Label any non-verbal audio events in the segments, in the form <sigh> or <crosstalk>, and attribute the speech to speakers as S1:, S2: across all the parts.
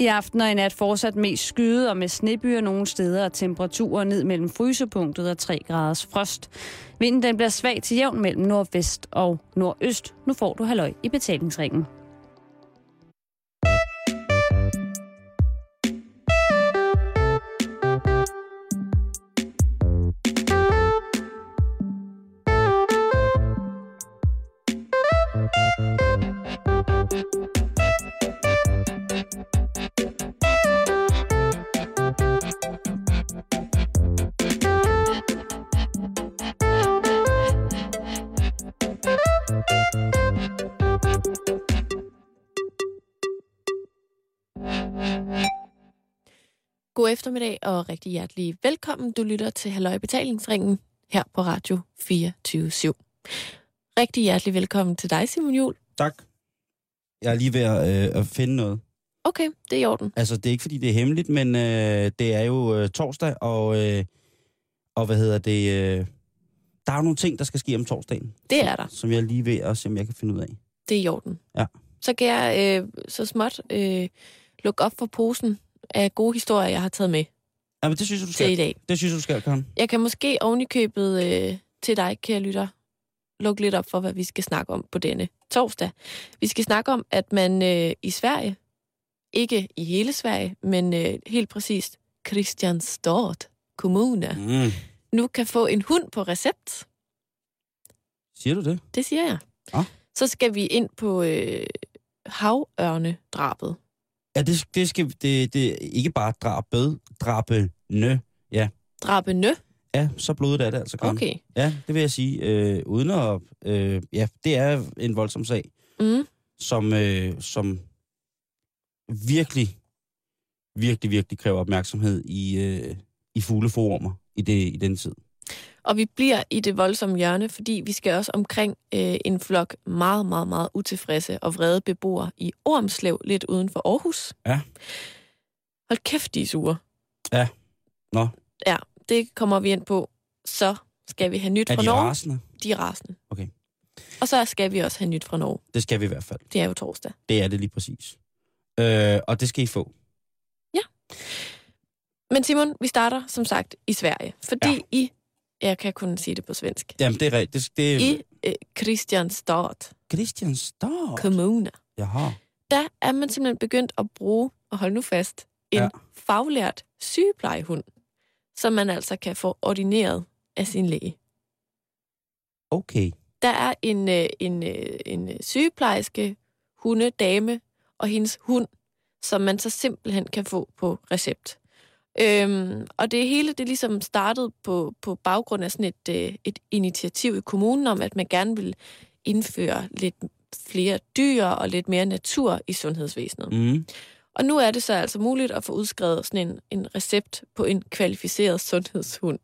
S1: I aften og i nat fortsat mest skyde og med snebyer nogle steder og temperaturer ned mellem frysepunktet og 3 graders frost. Vinden den bliver svag til jævn mellem nordvest og nordøst. Nu får du halløj i betalingsringen.
S2: God eftermiddag og rigtig hjertelig velkommen. Du lytter til Halløj Betalingsringen her på Radio 24-7. Rigtig hjertelig velkommen til dig, Simon Jul.
S3: Tak. Jeg er lige ved at, øh, at finde noget.
S2: Okay, det er i orden.
S3: Altså, det er ikke, fordi det er hemmeligt, men øh, det er jo øh, torsdag, og, øh, og hvad hedder det... Øh, der er jo nogle ting, der skal ske om torsdagen,
S2: Det er der.
S3: som jeg er lige ved at se, om jeg kan finde ud af.
S2: Det er i orden.
S3: Ja.
S2: Så kan jeg øh, så småt øh, lukke op for posen af gode historier, jeg har taget med
S3: Ja, men det synes jeg, du
S2: til i
S3: skal.
S2: dag.
S3: Det synes jeg, du skal, Karen.
S2: Jeg kan måske ovenikøbet øh, til dig, kære lytter, lukke lidt op for, hvad vi skal snakke om på denne torsdag. Vi skal snakke om, at man øh, i Sverige, ikke i hele Sverige, men øh, helt præcist Christianstad Kommune,
S3: Mm.
S2: nu kan få en hund på recept.
S3: Siger du det?
S2: Det siger jeg.
S3: Ah.
S2: Så skal vi ind på øh, havørnedrabet.
S3: Ja, det, det skal... Det, det ikke bare drabe, drabe, nø.
S2: Drabenø?
S3: Ja, så blodet er det altså, Karen.
S2: Okay.
S3: Ja, det vil jeg sige. Øh, uden at... Øh, ja, det er en voldsom sag.
S2: Mm.
S3: som, øh, som virkelig, virkelig, virkelig kræver opmærksomhed i, øh, i fugleforumer i, det, i den tid.
S2: Og vi bliver i det voldsomme hjørne, fordi vi skal også omkring øh, en flok meget, meget, meget utilfredse og vrede beboere i Ormslev, lidt uden for Aarhus.
S3: Ja.
S2: Hold kæft, de er sure.
S3: Ja. Nå.
S2: Ja, det kommer vi ind på. Så skal vi have nyt
S3: Er
S2: fra
S3: de
S2: Norge.
S3: rasende?
S2: De er rasende.
S3: Okay.
S2: Og så skal vi også have nyt fra Norge.
S3: Det skal vi i hvert fald.
S2: Det er jo torsdag.
S3: Det er det lige præcis. Øh, og det skal I få.
S2: Men Simon, vi starter som sagt i Sverige, fordi ja. i, jeg kan kun sige det på svensk,
S3: Jamen, det er rigtigt. Det, det er
S2: i øh, Christianstad
S3: Christiansdorf.
S2: Kommune,
S3: Jaha.
S2: der er man simpelthen begyndt at bruge, og hold nu fast, en
S3: Ja.
S2: ja. faglært sygeplejehund, som man altså kan få ordineret af sin læge.
S3: Okay.
S2: Der er en, øh, en, øh, en øh, sygeplejerske, hunde, dame og hendes hund, som man så simpelthen kan få på recept. Øhm, og det hele det ligesom startede på, på baggrund af sådan et, øh, et initiativ i kommunen om, at man gerne vil indføre lidt flere dyr og lidt mere natur i sundhedsvæsenet.
S3: Mm.
S2: Og nu er det så altså muligt at få udskrevet sådan en, en recept på en kvalificeret sundhedshund.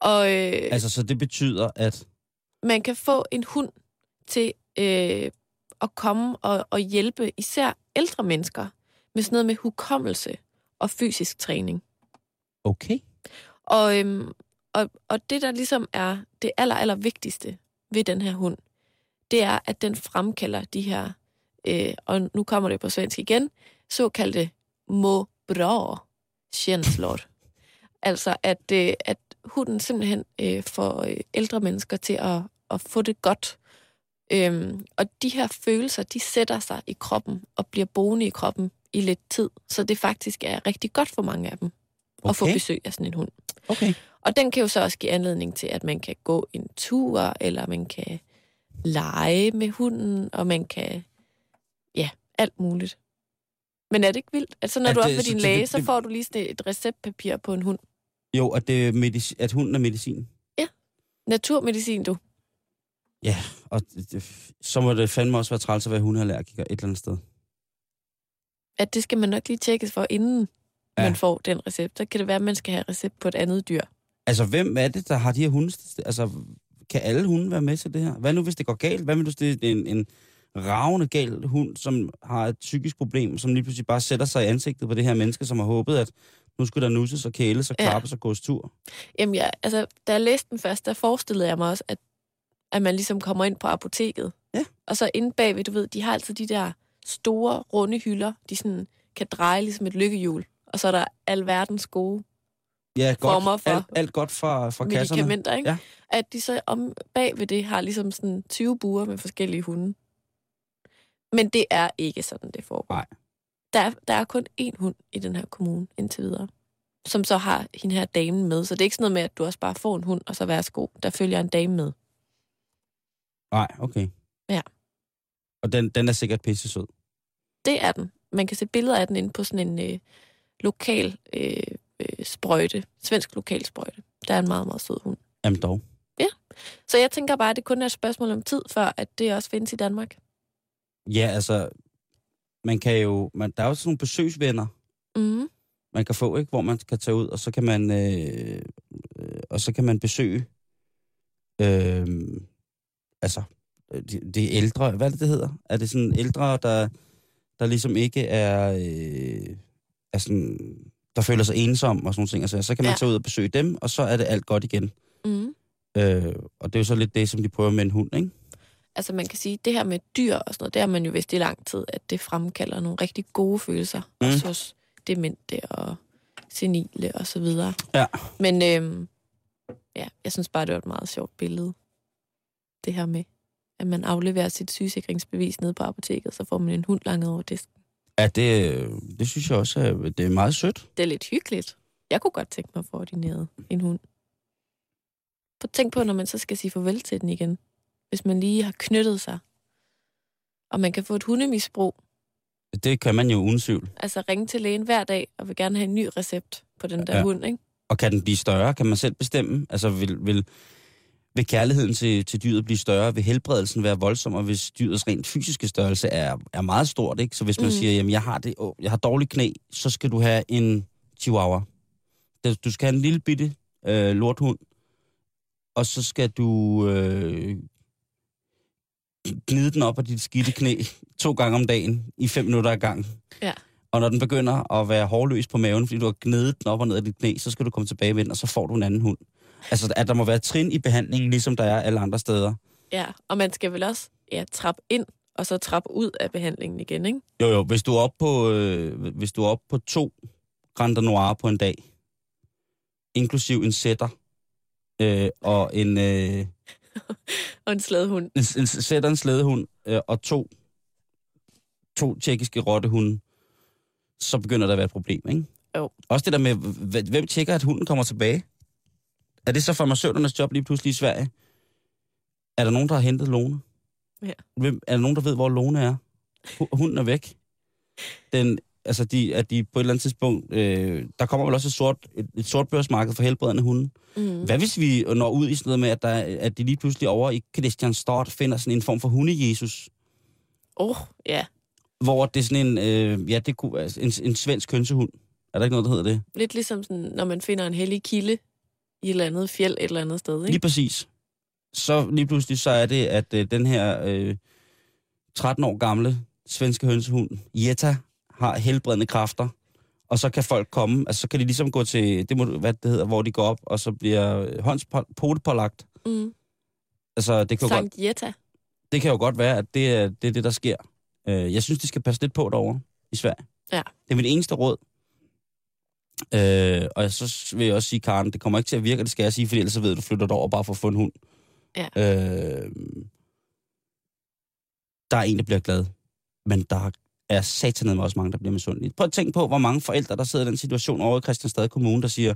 S2: Og øh, altså...
S3: Altså, så det betyder, at...
S2: man kan få en hund til øh, at komme og, og hjælpe især ældre mennesker med sådan noget med hukommelse og fysisk træning.
S3: Okay.
S2: Og, øhm, og, og det, der ligesom er det aller, aller vigtigste ved den her hund, det er, at den fremkalder de her, øh, og nu kommer det på svensk igen, såkaldte må bra känslor. Altså, at, øh, at hunden simpelthen øh, får øh, ældre mennesker til at, at få det godt. Øhm, og de her følelser, de sætter sig i kroppen og bliver boende i kroppen i lidt tid. Så det faktisk er rigtig godt for mange af dem okay. at få
S3: Okay.
S2: besøg af sådan en hund.
S3: Okay.
S2: Og den kan jo så også give anledning til, at man kan gå en tur, eller man kan lege med hunden, og man kan, ja, alt muligt. Men er det ikke vildt? Altså, når
S3: Ja,
S2: ja, du er
S3: det-
S2: oppe ved
S3: så
S2: din
S3: det-
S2: læge,
S3: det-
S2: så får du lige sådan et receptpapir på en hund.
S3: Jo, at, det er medici- at hunden er medicin.
S2: Naturmedicin, du.
S3: Og det, det, så må det fandme også være træls at være hundeallergiker et eller andet sted.
S2: At det skal man nok lige tjekkes for, inden
S3: Ja.
S2: ja. man får den recept. Så kan det være, at man skal have recept på et andet dyr.
S3: Altså, hvem er det, der har de her hunde? Altså, kan alle hunde være med til det her? Hvad nu, hvis det går galt? Hvad nu, hvis det er en, en ravende gal hund, som har et psykisk problem, som lige pludselig bare sætter sig i ansigtet på det her menneske, som har håbet, at nu skulle der nusses og kæles og
S2: Ja.
S3: klappes og gås tur.
S2: Jamen, ja, altså, da jeg læste den først, der forestillede jeg mig også, at, at man ligesom kommer ind på apoteket.
S3: Ja.
S2: Og så inde bagved, du ved, de har altid de der store, runde hylder, de sådan kan dreje ligesom et lykkehjul. Og så er der alverdens gode
S3: Ja,
S2: former
S3: godt.
S2: for
S3: Alt, alt godt fra, fra kasserne.
S2: medicamenter, ikke?
S3: Ja.
S2: At de så om bag ved det har ligesom sådan 20 buer med forskellige hunde. Men det er ikke sådan, det foregår.
S3: Nej.
S2: Der, er- der er kun én hund i den her kommune indtil videre, som så har hende her damen med. Så det er ikke sådan noget med, at du også bare får en hund, og så værsgo, der følger en dame med.
S3: Nej, okay.
S2: Ja.
S3: Og den, den er sikkert pisse sød.
S2: Det er den. Man kan se billeder af den inde på sådan en øh, lokal øh, øh, sprøjte, svensk lokal sprøjte. Der er en meget, meget sød hund.
S3: Jamen dog.
S2: Så jeg tænker bare, at det kun er et spørgsmål om tid, før at det også findes i Danmark.
S3: Ja, altså, man kan jo, man, der er jo sådan nogle besøgsvenner,
S2: Mm.
S3: man kan få, ikke? hvor man kan tage ud, og så kan man, øh, øh, og så kan man besøge, øh, altså, øh, de, de ældre, hvad er det, det hedder? Er det sådan ældre, der, der ligesom ikke er, øh, er sådan, der føler sig ensom og sådan nogle ting, altså, så kan man
S2: Ja.
S3: tage ud og besøge dem, og så er det alt godt igen.
S2: Mm.
S3: Øh, og det er jo så lidt det, som de prøver med en hund, ikke?
S2: altså man kan sige, det her med dyr og sådan noget, det har man jo vidst i lang tid, at det fremkalder nogle rigtig gode følelser, mm.
S3: Mm.
S2: også hos demente og senile og så videre.
S3: Ja.
S2: Men øhm, ja, jeg synes bare, det var et meget sjovt billede, det her med, at man afleverer sit sygesikringsbevis nede på apoteket, så får man en hund langet over disken.
S3: Ja, det, øh, det synes jeg også, er, det er meget sødt.
S2: Det er lidt hyggeligt. Jeg kunne godt tænke mig at få ordineret en hund. For tænk på, når man så skal sige farvel til den igen. Hvis man lige har knyttet sig. Og man kan få et hundemisbrug.
S3: Det kan man jo uden tvivl.
S2: altså ringe til lægen hver dag og vil gerne have en ny recept på den der ja.
S3: Ja.
S2: hund, ikke?
S3: Og kan den blive større? Kan man selv bestemme? Altså, vil, vil, vil kærligheden til, til dyret blive større? Vil helbredelsen være voldsommere, hvis dyrets rent fysiske størrelse er, er meget stort? Ikke? Så hvis man
S2: Mm.
S3: mm. siger, jamen, jeg har, det, åh, jeg har dårlig knæ, så skal du have en chihuahua. Du- Du skal have en lille bitte øh, lorthund, og så skal du øh, gnide den op af dit skidte knæ to gange om dagen i fem minutter ad gang.
S2: Ja.
S3: Og når den begynder at være hårløs på maven, fordi du har gnedet den op og ned af dit knæ, så skal du komme tilbage med den, og så får du en anden hund. Altså, at der må være trin i behandlingen, ligesom der er alle andre steder.
S2: Ja, og man skal vel også ja, trappe ind og så trappe ud af behandlingen igen, ikke?
S3: Jo, jo, hvis du er oppe på, øh, hvis du er oppe på to Grand Noir på en dag, inklusiv en sætter, øh, og en, øh,
S2: Og en slædehund.
S3: en, en sætter, en slædehund, øh, og to, to tjekkiske rottehunde, så begynder der at være et problem, ikke?
S2: Jo.
S3: Også det der med, h- hvem tjekker, at hunden kommer tilbage? Er det så farmaceuternes job lige pludselig i Sverige? Er der nogen, der har hentet Lone?
S2: Ja.
S3: Hvem, er der nogen, der ved, hvor Lone er? Hu- Hunden er væk. Den, altså, de, at de på et eller andet tidspunkt... Øh, der kommer vel også et sort, et, et sort børsmarked for helbredende hunde.
S2: Mm.
S3: Hvad hvis vi når ud i sådan noget med, at, der, er- at de lige pludselig over i Christianstort finder sådan en form for hunde-Jesus,
S2: Oh, ja.
S3: hvor det er sådan en, øh, ja, det kunne, altså, en, en svensk hønsehund. Er der ikke noget, der hedder det?
S2: Lidt ligesom sådan, når man finder en hellig kilde i et eller andet fjeld et eller andet sted,
S3: Lige
S2: ikke?
S3: præcis. Så lige pludselig så er det, at øh, den her øh, 13 år gamle svenske hønsehund, Jetta, har helbredende kræfter. Og så kan folk komme, altså så kan de ligesom gå til, det må, du- hvad det hedder, hvor de går op, og så bliver øh, håndspote pålagt.
S2: Mm.
S3: Altså det kan, jo godt,
S2: Sankt Jetta.
S3: det kan jo godt være, at det er det, er det der sker. Øh, jeg synes, de skal passe lidt på derovre i Sverige.
S2: Ja.
S3: Det er mit eneste råd. Øh, og så vil jeg også sige, Karen, det kommer ikke til at virke, og det skal jeg sige, for ellers så ved du, at du flytter derover bare for at få en hund.
S2: Ja.
S3: Øh, der er en, der bliver glad, men der er satanet med også mange, der bliver misundelige. Prøv at tænke på, hvor mange forældre, der sidder i den situation over i Christianstad Kommune, der siger,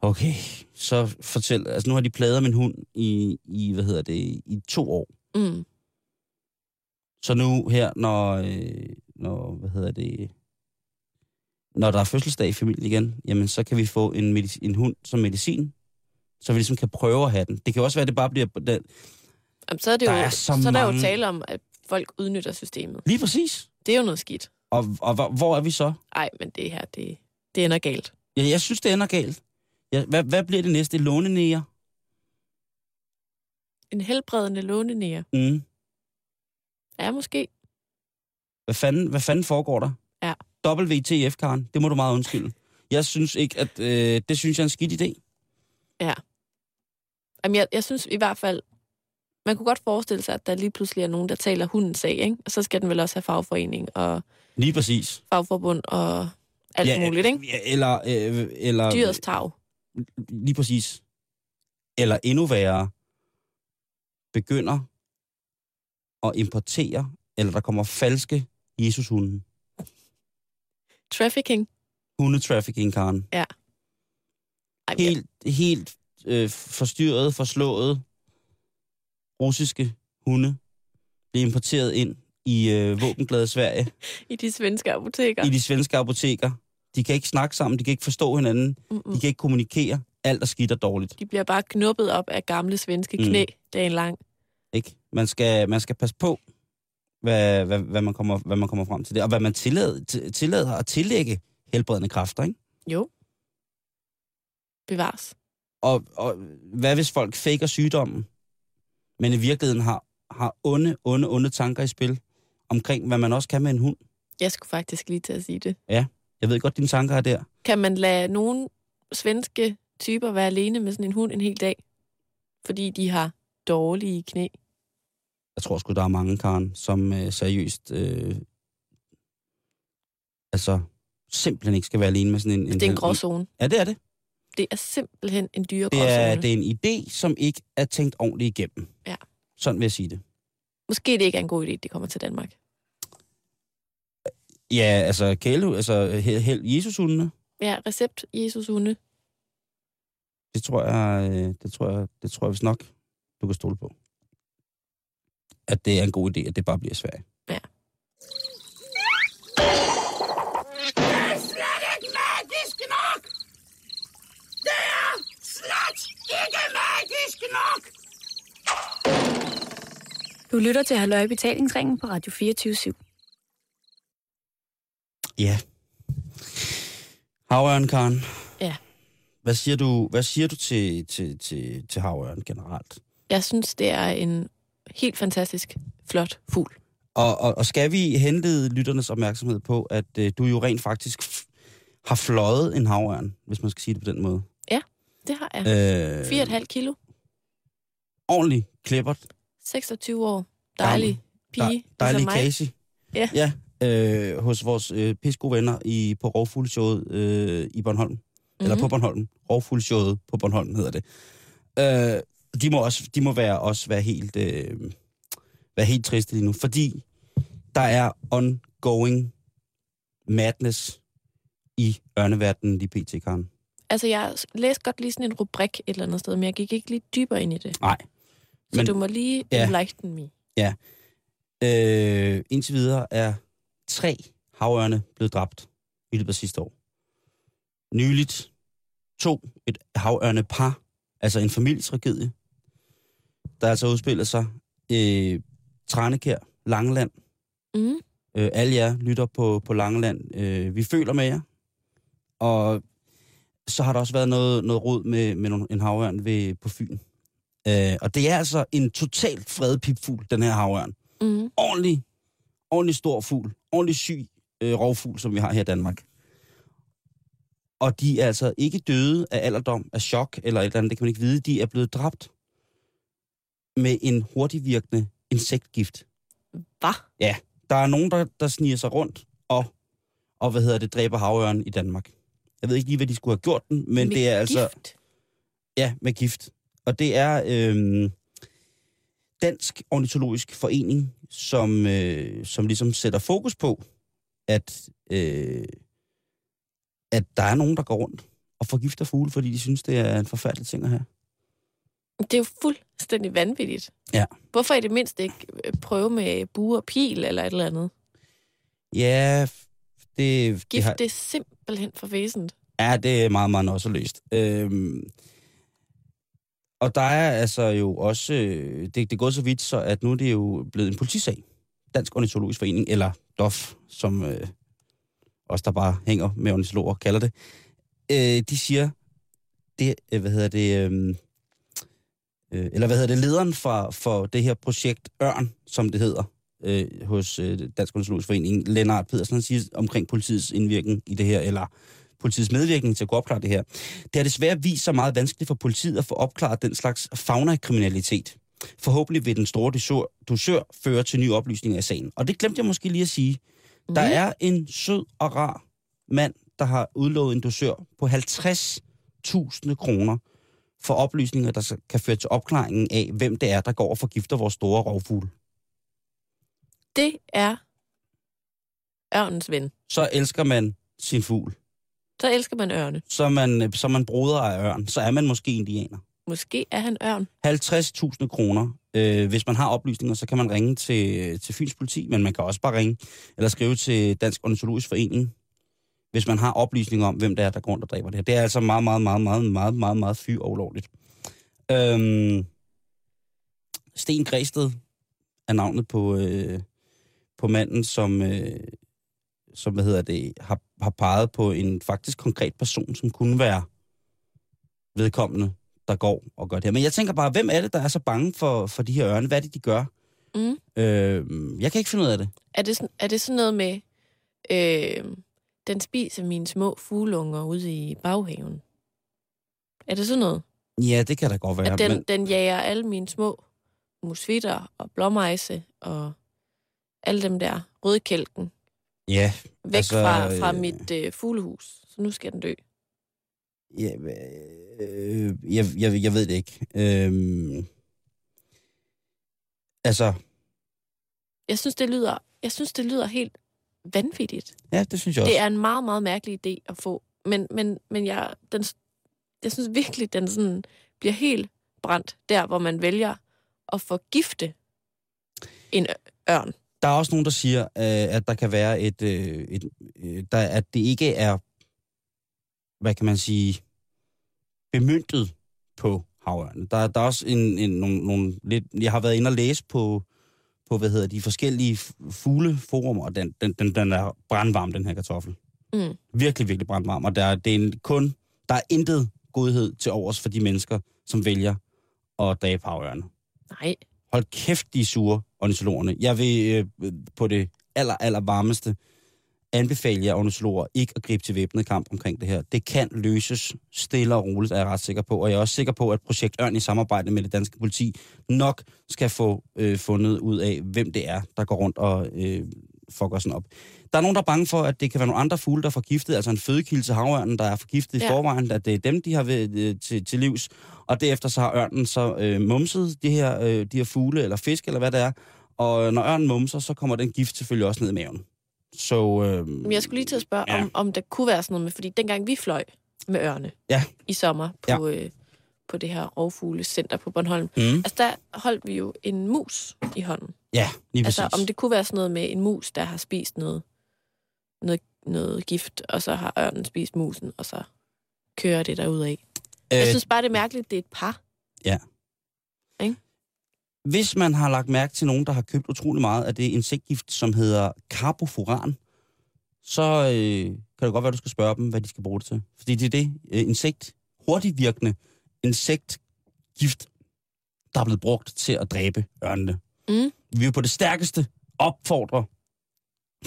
S3: okay, så fortæl, altså nu har de pladet min hund i, i hvad hedder det, i to år.
S2: Mm.
S3: Så nu her, når, øh, når hvad hedder det, når der er fødselsdag i familien igen, jamen så kan vi få en, medic- en hund som medicin, så vi ligesom kan prøve at have den. Det kan også være, at det bare bliver... Den.
S2: Jamen, så er, det jo,
S3: Der er så
S2: så er der jo
S3: mange-
S2: tale om, at folk udnytter systemet.
S3: Lige præcis.
S2: Det er jo noget skidt.
S3: Og, og hvor, hvor er vi så?
S2: Ej, men det her, det, det ender galt.
S3: Jeg, jeg synes, det ender galt. Jeg, hvad, hvad bliver det næste? Lånenæger?
S2: En helbredende lånenæger.
S3: Mm.
S2: Ja, måske.
S3: Hvad, fanden, hvad fanden foregår der?
S2: Ja.
S3: WTF, Karen. Det må du meget undskylde. Jeg synes ikke, at øh, det synes jeg er en skidt idé.
S2: Jamen, jeg, jeg synes i hvert fald, man kunne godt forestille sig, at der lige pludselig er nogen, der taler hundens sag, ikke? Og så skal den vel også have fagforening og
S3: Lige præcis.
S2: fagforbund og alt ja, muligt, ikke?
S3: Ja, eller, øh, eller...
S2: Dyrets tag.
S3: Lige præcis. Eller endnu værre, begynder at importere, eller der kommer falske Jesushunden.
S2: Trafficking.
S3: Hundetrafficking, Karen.
S2: Ej, men jeg-
S3: helt, helt øh, forstyrret, forslået russiske hunde blev importeret ind i øh, våbenglade Sverige,
S2: I de svenske apoteker.
S3: i de svenske apoteker. De kan ikke snakke sammen, de kan ikke forstå hinanden,
S2: Mm-mm.
S3: de kan ikke kommunikere. Alt er skidt og dårligt.
S2: De bliver bare knuppet op af gamle svenske
S3: Mm.
S2: knæ dagen lang.
S3: Ikke? Man, skal, man skal passe på, hvad, hvad, hvad, man kommer, hvad man kommer frem til det, og hvad man tillader, t- tillader at tillægge helbredende kræfter. Ikke?
S2: Jo. Bevares.
S3: Og, og hvad hvis folk faker sygdommen, men i virkeligheden har, har onde, onde, onde tanker i spil omkring, hvad man også kan med en hund?
S2: Jeg skulle faktisk lige til at sige det.
S3: Jeg ved godt, dine tanker er der.
S2: Kan man lade nogle svenske typer være alene med sådan en hund en hel dag? Fordi de har dårlige knæ.
S3: Jeg tror sgu, der er mange, Karen, som øh, seriøst... Øh, altså, simpelthen ikke skal være alene med sådan en...
S2: Det er en gråzone.
S3: Ja, det er det.
S2: Det er simpelthen en dyre
S3: Det er,
S2: gråzone.
S3: det er en idé, som ikke er tænkt ordentligt igennem.
S2: Ja.
S3: Sådan vil jeg sige det.
S2: Måske det ikke er en god idé, at det kommer til Danmark.
S3: Ja, altså, kæle, altså hel, hel Jesushundene,
S2: Ja, recept Jesus hunde.
S3: det tror jeg, øh, det tror jeg, det tror jeg vist nok, du kan stole på. At det er en god idé, at det bare bliver i Sverige.
S2: Ja.
S4: Du lytter til Halløj i Betalingsringen på Radio 24
S3: Ja. Havørn, Karen.
S2: Ja.
S3: Hvad siger du, hvad siger du til, til, til, til havørn generelt?
S2: Jeg synes, det er en helt fantastisk flot fugl.
S3: Og, og, og skal vi henlede lytternes opmærksomhed på, at øh, du jo rent faktisk f- har fløjet en havørn, hvis man skal sige det på den måde.
S2: Det har jeg.
S3: Øh,
S2: 4,5 kilo.
S3: Ordentlig klippert.
S2: 26 år. Dejlig pige.
S3: Der, dejlig
S2: ligesom mig.
S3: Casey.
S2: Ja.
S3: ja øh, hos vores øh, pisse venner i, på Rovfugleshowet øh, i Bornholm. Mm-hmm. Eller på
S2: Mhm.
S3: Bornholm. Rovfugleshowet på Bornholm hedder det. Øh, de må, også, de må være, også være helt, øh, være helt triste lige nu, fordi der er ongoing madness i ørneverdenen lige pt. Karen.
S2: Altså, jeg læste godt lige sådan en rubrik et eller andet sted, men jeg gik ikke lige dybere ind i det.
S3: Nej.
S2: Så
S3: Men-
S2: men, du må lige
S3: Ja.
S2: ja. enlighten me.
S3: Øh, indtil videre er tre havørne blevet dræbt i løbet af sidste år. Nyligt to et havørne par, altså en familietragedie, der altså udspiller sig øh, Tranekær, Langeland.
S2: Mm.
S3: Øh, alle jer lytter på, på Langeland. Øh, vi føler med jer. Og så har der også været noget, noget rod med, med nogle, en havørn ved, på Fyn. Øh, og det er altså en totalt fredet pipfugl, den her havørn
S2: Mm.
S3: ordentlig, ordentlig stor fugl, ordentlig syg øh, rovfugl, som vi har her i Danmark. Og de er altså ikke døde af alderdom, af chok eller et eller andet, det kan man ikke vide. De er blevet dræbt med en hurtigvirkende insektgift.
S2: Hva?
S3: Der er nogen, der, der sniger sig rundt og, og hvad hedder det, dræber havørnen i Danmark. Jeg ved ikke lige, hvad de skulle have gjort den, men
S2: Med
S3: det er altså...
S2: Gift.
S3: Ja, med gift. Og det er øhm, Dansk Ornitologisk Forening, som, øh, som ligesom sætter fokus på, at, øh, at der er nogen, der går rundt og forgifter fugle, fordi de synes, det er en forfærdelig ting at have.
S2: Det er jo fuldstændig vanvittigt.
S3: Ja.
S2: Hvorfor i det mindste ikke øh, prøve med bue og pil eller et eller andet?
S3: Ja, f- det, det,
S2: Gift,
S3: har,
S2: det er simpelthen for væsentligt.
S3: ja, det er meget, meget også løst. Øhm, og der er altså jo også, øh, det, det er gået så vidt, så at nu er det jo blevet en politisag. Dansk Ornitologisk Forening, eller DOF, som øh, os, der bare hænger med ornitologer, kalder det. Øh, de siger, det, øh, hvad hedder det, øh, øh, eller hvad hedder det, lederen for, for det her projekt Ørn, som det hedder, øh, hos øh, Dansk Ornitologisk Forening, Lennart Pedersen, han siger omkring politiets indvirkning i det her, eller politiets medvirkning til at kunne opklare det her. Det har desværre vist sig meget vanskeligt for politiet at få opklaret den slags fauna-kriminalitet. Forhåbentlig vil den store dusør, dusør føre til nye oplysninger i sagen. Og det glemte jeg måske lige at sige. Der
S2: Mm.
S3: er en sød og rar mand, der har udlovet en dusør på 50.000 kroner for oplysninger, der så- kan føre til opklaringen af, hvem det er, der går og forgifter vores store rovfugle.
S2: Det er ørnens ven.
S3: Så elsker man sin fugl.
S2: Så elsker man ørne.
S3: Så er man, så er man broder af ørn. Så er man måske indianer.
S2: Måske er han ørn.
S3: 50.000 kroner. Øh, hvis man har oplysninger, så kan man ringe til, til Fyns politi, men man kan også bare ringe eller skrive til Dansk Ornitologisk Forening, hvis man har oplysninger om, hvem det er, der går rundt og dræber det her. Det er altså meget, meget, meget, meget, meget, meget, meget fy og ulovligt. Øhm, Sten Græsted er navnet på, øh, på manden, som, øh, som hvad hedder det, har, har peget på en faktisk konkret person, som kunne være vedkommende, der går og gør det her. Men jeg tænker bare, hvem er det, der er så bange for, for de her ørne? Hvad er det, de gør?
S2: Mm.
S3: Øh, jeg kan ikke finde ud af det.
S2: Er det, sådan- er det sådan noget med, øh, den spiser mine små fuglunger ude i baghaven? Er det sådan noget?
S3: Ja, det kan da godt være.
S2: at den,
S3: men,
S2: den jager alle mine små musvitter og blommeise og alle dem der rødkælken
S3: ja,
S2: væk
S3: Altså,
S2: altså, fra, fra
S3: øh,
S2: mit øh, fuglehus. Så nu skal den dø.
S3: ja øh, jeg, jeg, jeg ved det ikke. Øh, altså,
S2: Jeg synes, det lyder, jeg synes, det lyder helt vanvittigt.
S3: ja, det synes jeg også.
S2: Det er en meget, meget mærkelig idé at få. Men, men, men jeg, den, jeg synes virkelig, den sådan bliver helt brændt der, hvor man vælger at forgifte en ø- ørn.
S3: Der er også nogen, der siger, øh, at der kan være et, øh, et øh, der, at det ikke er, hvad kan man sige, bemyndtet på havørne. Der, der er også en, en, nogle, nogle lidt, jeg har været inde og læse på, på hvad hedder de forskellige f- fugleforumer, og den, den, den, den er brandvarm, den her kartoffel.
S2: Mm.
S3: Virkelig, virkelig brandvarm, og der, er- det er en, kun, der er intet godhed til overs for de mennesker, som vælger at dræbe havørne
S2: Nej,
S3: hold kæft, de er sure, ornitologerne. Jeg vil øh, på det aller, aller varmeste anbefale jer ornitologer ikke at gribe til væbnet kamp omkring det her. Det kan løses stille og roligt, er jeg ret sikker på. Og jeg er også sikker på, at Projekt Ørn i samarbejde med det danske politi nok skal få øh, fundet ud af, hvem det er, der går rundt og øh, fucker sådan op. Der er nogen, der er bange for, at det kan være nogle andre fugle, der er forgiftet, altså en fødekilde til havørnen, der er forgiftet ja. i
S2: Ja.
S3: forvejen, at det er dem, de har ved, øh, til, til livs. Og derefter så har ørnen så øh, mumset de her, øh, de her fugle eller fisk, eller hvad det er. Og øh, når ørnen mumser, så kommer den gift selvfølgelig også ned i maven. Så, øh,
S2: Men jeg skulle lige til at spørge,
S3: Ja.
S2: ja. om, om der kunne være sådan noget med, fordi dengang vi fløj med ørne
S3: Ja.
S2: i sommer på, ja. øh, på det her rovfuglecenter på Bornholm,
S3: Mm,
S2: altså der holdt vi jo en mus i hånden.
S3: ja, lige præcis.
S2: Altså om det kunne være sådan noget med en mus, der har spist noget, noget, noget gift, og så har ørnen spist musen, og så kører det derudad.
S3: øh,
S2: Jeg synes bare, det er mærkeligt, det er et par.
S3: Hvis man har lagt mærke til nogen, der har købt utrolig meget af det insektgift, som hedder carbofuran, så øh, kan det godt være, du skal spørge dem, hvad de skal bruge det til. Fordi det er det øh, insekt, hurtigvirkende insektgift, der er blevet brugt til at dræbe ørnene.
S2: Mm.
S3: Vi vil på det stærkeste opfordre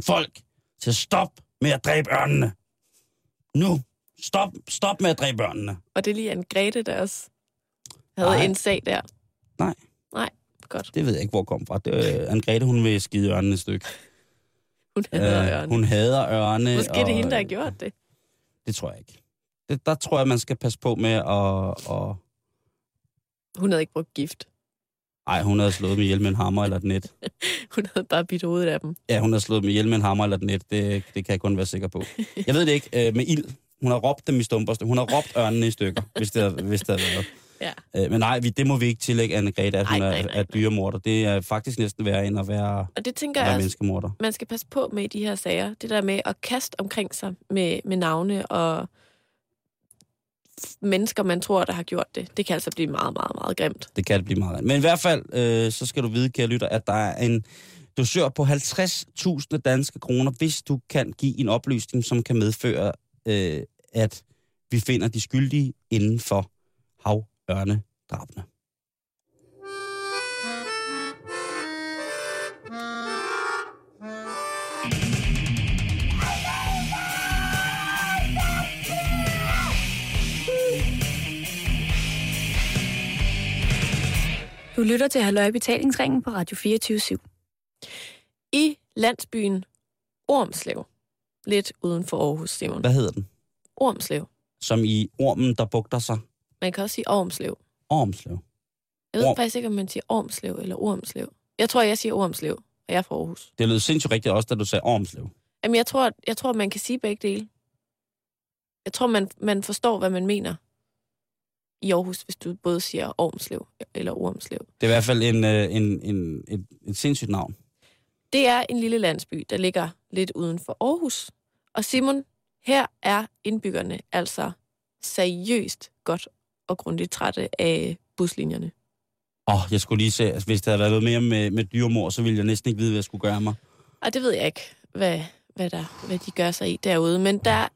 S3: folk til at stoppe med at dræbe ørnene. Nu! Stop, stop med at dræbe ørnene.
S2: Og det er lige en Grete, der også havde
S3: Nej.
S2: Ej. en sag der.
S3: Nej.
S2: Nej, godt.
S3: Det ved jeg ikke, hvor det kom fra. Det, øh, Anne-Grethe, hun vil skide ørnene et stykke.
S2: Hun havde
S3: Øh,
S2: ørnen.
S3: hun hader ørne.
S2: Måske er det
S3: og-
S2: hende, der har gjort det.
S3: Det tror jeg ikke. Det, der tror jeg, man skal passe på med at... at
S2: Hun havde ikke brugt gift.
S3: ej, hun havde slået dem ihjel med en hammer eller et net.
S2: Hun havde bare bidt hovedet af dem.
S3: Ja, hun havde slået dem ihjel med en hammer eller et net. Det, det kan jeg kun være sikker
S2: <laughs>
S3: på. Jeg ved det ikke. Øh, med ild. Hun har råbt dem i stumper. Hun har råbt ørnene i stykker, hvis det havde, hvis det havde været.
S2: Ja.
S3: Øh, men nej, vi, det må vi ikke tillægge Anne-Grethe, at hun
S2: Nej,
S3: er,
S2: nej, nej,
S3: er dyremorder. Det er faktisk næsten værre end at være,
S2: Og det tænker jeg
S3: være
S2: også,
S3: menneskemorder.
S2: man skal passe på med i de her sager. Det der med at kaste omkring sig med, med navne og mennesker, man tror, der har gjort det. Det kan altså blive meget, meget, meget grimt.
S3: Det kan det blive meget. Men i hvert fald, øh, så skal du vide, kære lytter, at der er en dosør på 50.000 danske kroner, hvis du kan give en oplysning, som kan medføre, øh, at vi finder de skyldige inden for havørnedrabene.
S4: Du lytter til Halløj i Betalingsringen på Radio 24 /7.
S2: I landsbyen Ormslev, lidt uden for Aarhus, Simon.
S3: Hvad hedder den?
S2: Ormslev.
S3: Som i ormen, der bugter sig.
S2: Man kan også sige Ormslev.
S3: Ormslev.
S2: Jeg ved
S3: Orm.
S2: faktisk ikke, om man siger Ormslev eller Ormslev. Jeg tror, jeg siger Ormslev, og jeg er fra Aarhus.
S3: Det lød sindssygt rigtigt også, da du sagde Ormslev.
S2: Jamen, jeg tror, jeg tror man kan sige begge dele. Jeg tror, man, man forstår, hvad man mener i Aarhus, hvis du både siger Ormslev eller Ormslev.
S3: Det er i hvert fald en, øh, en, en, en, en sindssygt navn.
S2: Det er en lille landsby, der ligger lidt uden for Aarhus. Og Simon, her er indbyggerne altså seriøst godt og grundigt trætte af buslinjerne.
S3: Åh, oh, jeg skulle lige se, altså, hvis der havde været noget mere med, med dyremor, så ville jeg næsten ikke vide, hvad jeg skulle gøre af mig.
S2: Og det ved jeg ikke, hvad, hvad, der, hvad de gør sig i derude. Men der,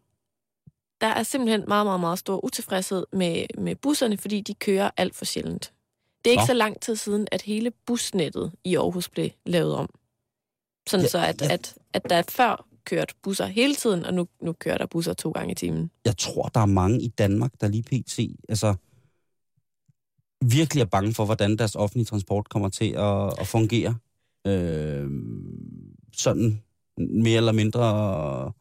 S2: der er simpelthen meget, meget, meget stor utilfredshed med, med busserne, fordi de kører alt for sjældent. Det er ikke
S3: Nå.
S2: så lang tid siden, at hele busnettet i Aarhus blev lavet om. Sådan
S3: Ja,
S2: så, at,
S3: ja.
S2: at, at der før kørte busser hele tiden, og nu, nu kører der busser to gange i timen.
S3: Jeg tror, der er mange i Danmark, der lige pt. Altså, virkelig er bange for, hvordan deres offentlige transport kommer til at, at fungere. Øh, sådan mere eller mindre,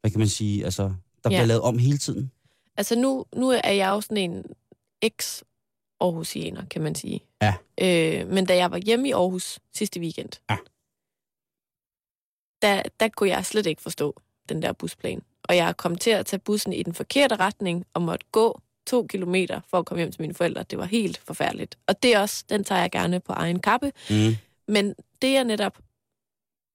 S3: hvad kan man sige, altså, der
S2: Ja.
S3: ja. bliver lavet om hele tiden.
S2: Altså nu, nu er jeg jo sådan en ex Aarhusianer, kan man sige.
S3: Ja.
S2: Øh, men da jeg var hjemme i Aarhus sidste weekend,
S3: Ja.
S2: der, der kunne jeg slet ikke forstå den der busplan. Og jeg kom til at tage bussen i den forkerte retning og måtte gå to kilometer for at komme hjem til mine forældre. Det var helt forfærdeligt. Og det er også, den tager jeg gerne på egen kappe.
S3: Mm.
S2: Men det, jeg netop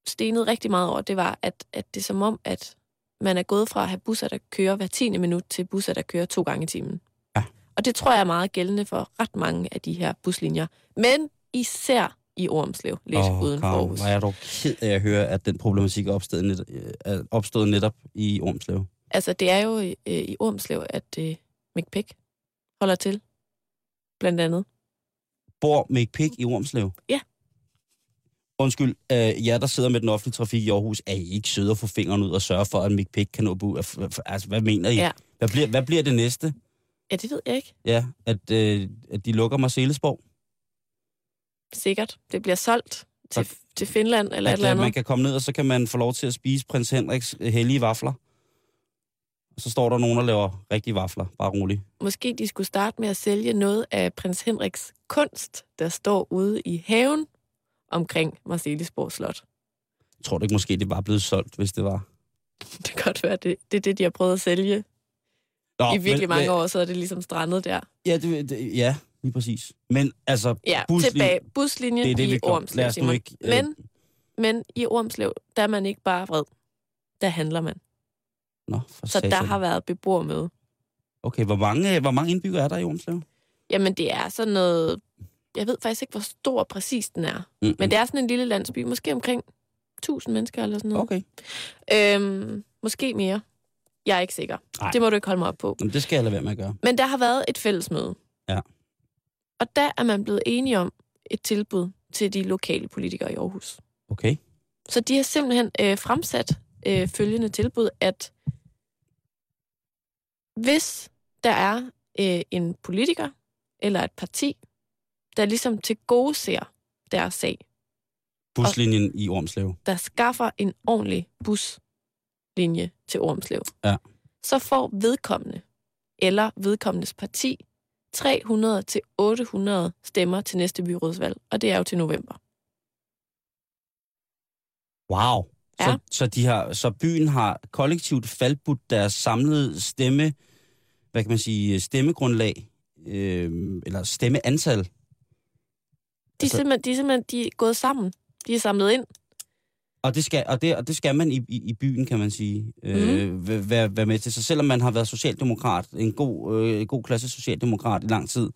S2: stenede rigtig meget over, det var, at, at det er som om, at man er gået fra at have busser, der kører hver tiende minut, til busser, der kører to gange i timen.
S3: Ja.
S2: Og det tror jeg er meget gældende for ret mange af de her buslinjer. Men især i Ormslev, lidt
S3: Åh,
S2: oh, uden for
S3: Karen,
S2: Aarhus.
S3: Hvor er jeg dog ked af at høre, at den problematik er opstået, net, øh, er opstået netop i Ormslev.
S2: Altså, det er jo øh, i Ormslev, at øh, Mick Pick holder til, blandt andet.
S3: Bor Mick Pick i Ormslev?
S2: Ja.
S3: Undskyld, øh, jer der sidder med den offentlige trafik i Aarhus, er I ikke søde at få fingrene ud og sørge for, at Mick Pick kan nå bu- af- af- Altså, hvad mener I?
S2: Ja.
S3: Hvad, bliver, hvad bliver det næste?
S2: Ja, det ved jeg ikke.
S3: Ja, at, øh, at de lukker Marcelesborg?
S2: Sikkert. Det bliver solgt til,
S3: Tak.
S2: til Finland eller et
S3: At
S2: eller
S3: øh,
S2: andet.
S3: man kan komme ned, og så kan man få lov til at spise prins Henriks øh, hellige vafler? Og så står der nogen, der laver rigtige vafler. Bare rolig.
S2: Måske de skulle starte med at sælge noget af prins Henriks kunst, der står ude i haven omkring Marcelisborg Slot. <laughs>
S3: Jeg tror du ikke måske, det var blevet solgt, hvis det var?
S2: Det kan godt være, det, det er det, de har prøvet at sælge.
S3: Nå,
S2: I virkelig
S3: men-
S2: mange
S3: men-
S2: år, så er det ligesom strandet der.
S3: Ja, det, det, ja, lige præcis. Men altså,
S2: Ja,
S3: Buslinje.
S2: Buslinje. tilbage. Buslinjen
S3: Det er det, vi
S2: i
S3: gør.
S2: Ormslev,
S3: Lad os nu
S2: Simon.
S3: ikke, øh,
S2: Men, men i Ormslev, der er man ikke bare vred. Der handler man.
S3: nå, for
S2: Så der har været beboermøde.
S3: Okay, hvor mange, øh, hvor mange indbyggere er der i Ormslev? Mm,
S2: Jamen, det er sådan noget... Jeg ved faktisk ikke, hvor stor præcis den er.
S3: Mm-mm.
S2: Men det er sådan en lille landsby. Måske omkring 1000 mennesker eller sådan noget.
S3: Okay,
S2: Øhm, måske mere. Jeg er ikke sikker.
S3: Nej.
S2: Nej. Det må du ikke holde mig op på.
S3: Jamen, det skal jeg lade være med at gøre.
S2: Men der har været et fællesmøde.
S3: Ja.
S2: Og der er man blevet enige om et tilbud til de lokale politikere i Aarhus.
S3: Okay.
S2: Så de har simpelthen øh, fremsat øh, følgende tilbud, at hvis der er øh, en politiker eller et parti, der ligesom til gode ser deres sag,
S3: Buslinjen i Ormslev.
S2: der skaffer en ordentlig buslinje til Ormslev,
S3: Ja.
S2: så får vedkommende eller vedkommendes parti 300 til 800 stemmer til næste byrådsvalg, og det er jo til november.
S3: Wow.
S2: Ja.
S3: Så, så, de har, så byen har kollektivt faldbudt deres samlede stemme, hvad kan man sige, stemmegrundlag, øh, eller stemmeantal.
S2: De er
S3: Altså-
S2: simpelthen, de er, simpelthen de er gået sammen. De er samlet ind.
S3: Og det skal, og det, og det skal man i, i, i byen, kan man sige, øh,
S2: Mhm.
S3: mm. være, være med til. Så selvom man har været socialdemokrat, en god, øh, god klasse socialdemokrat i lang tid,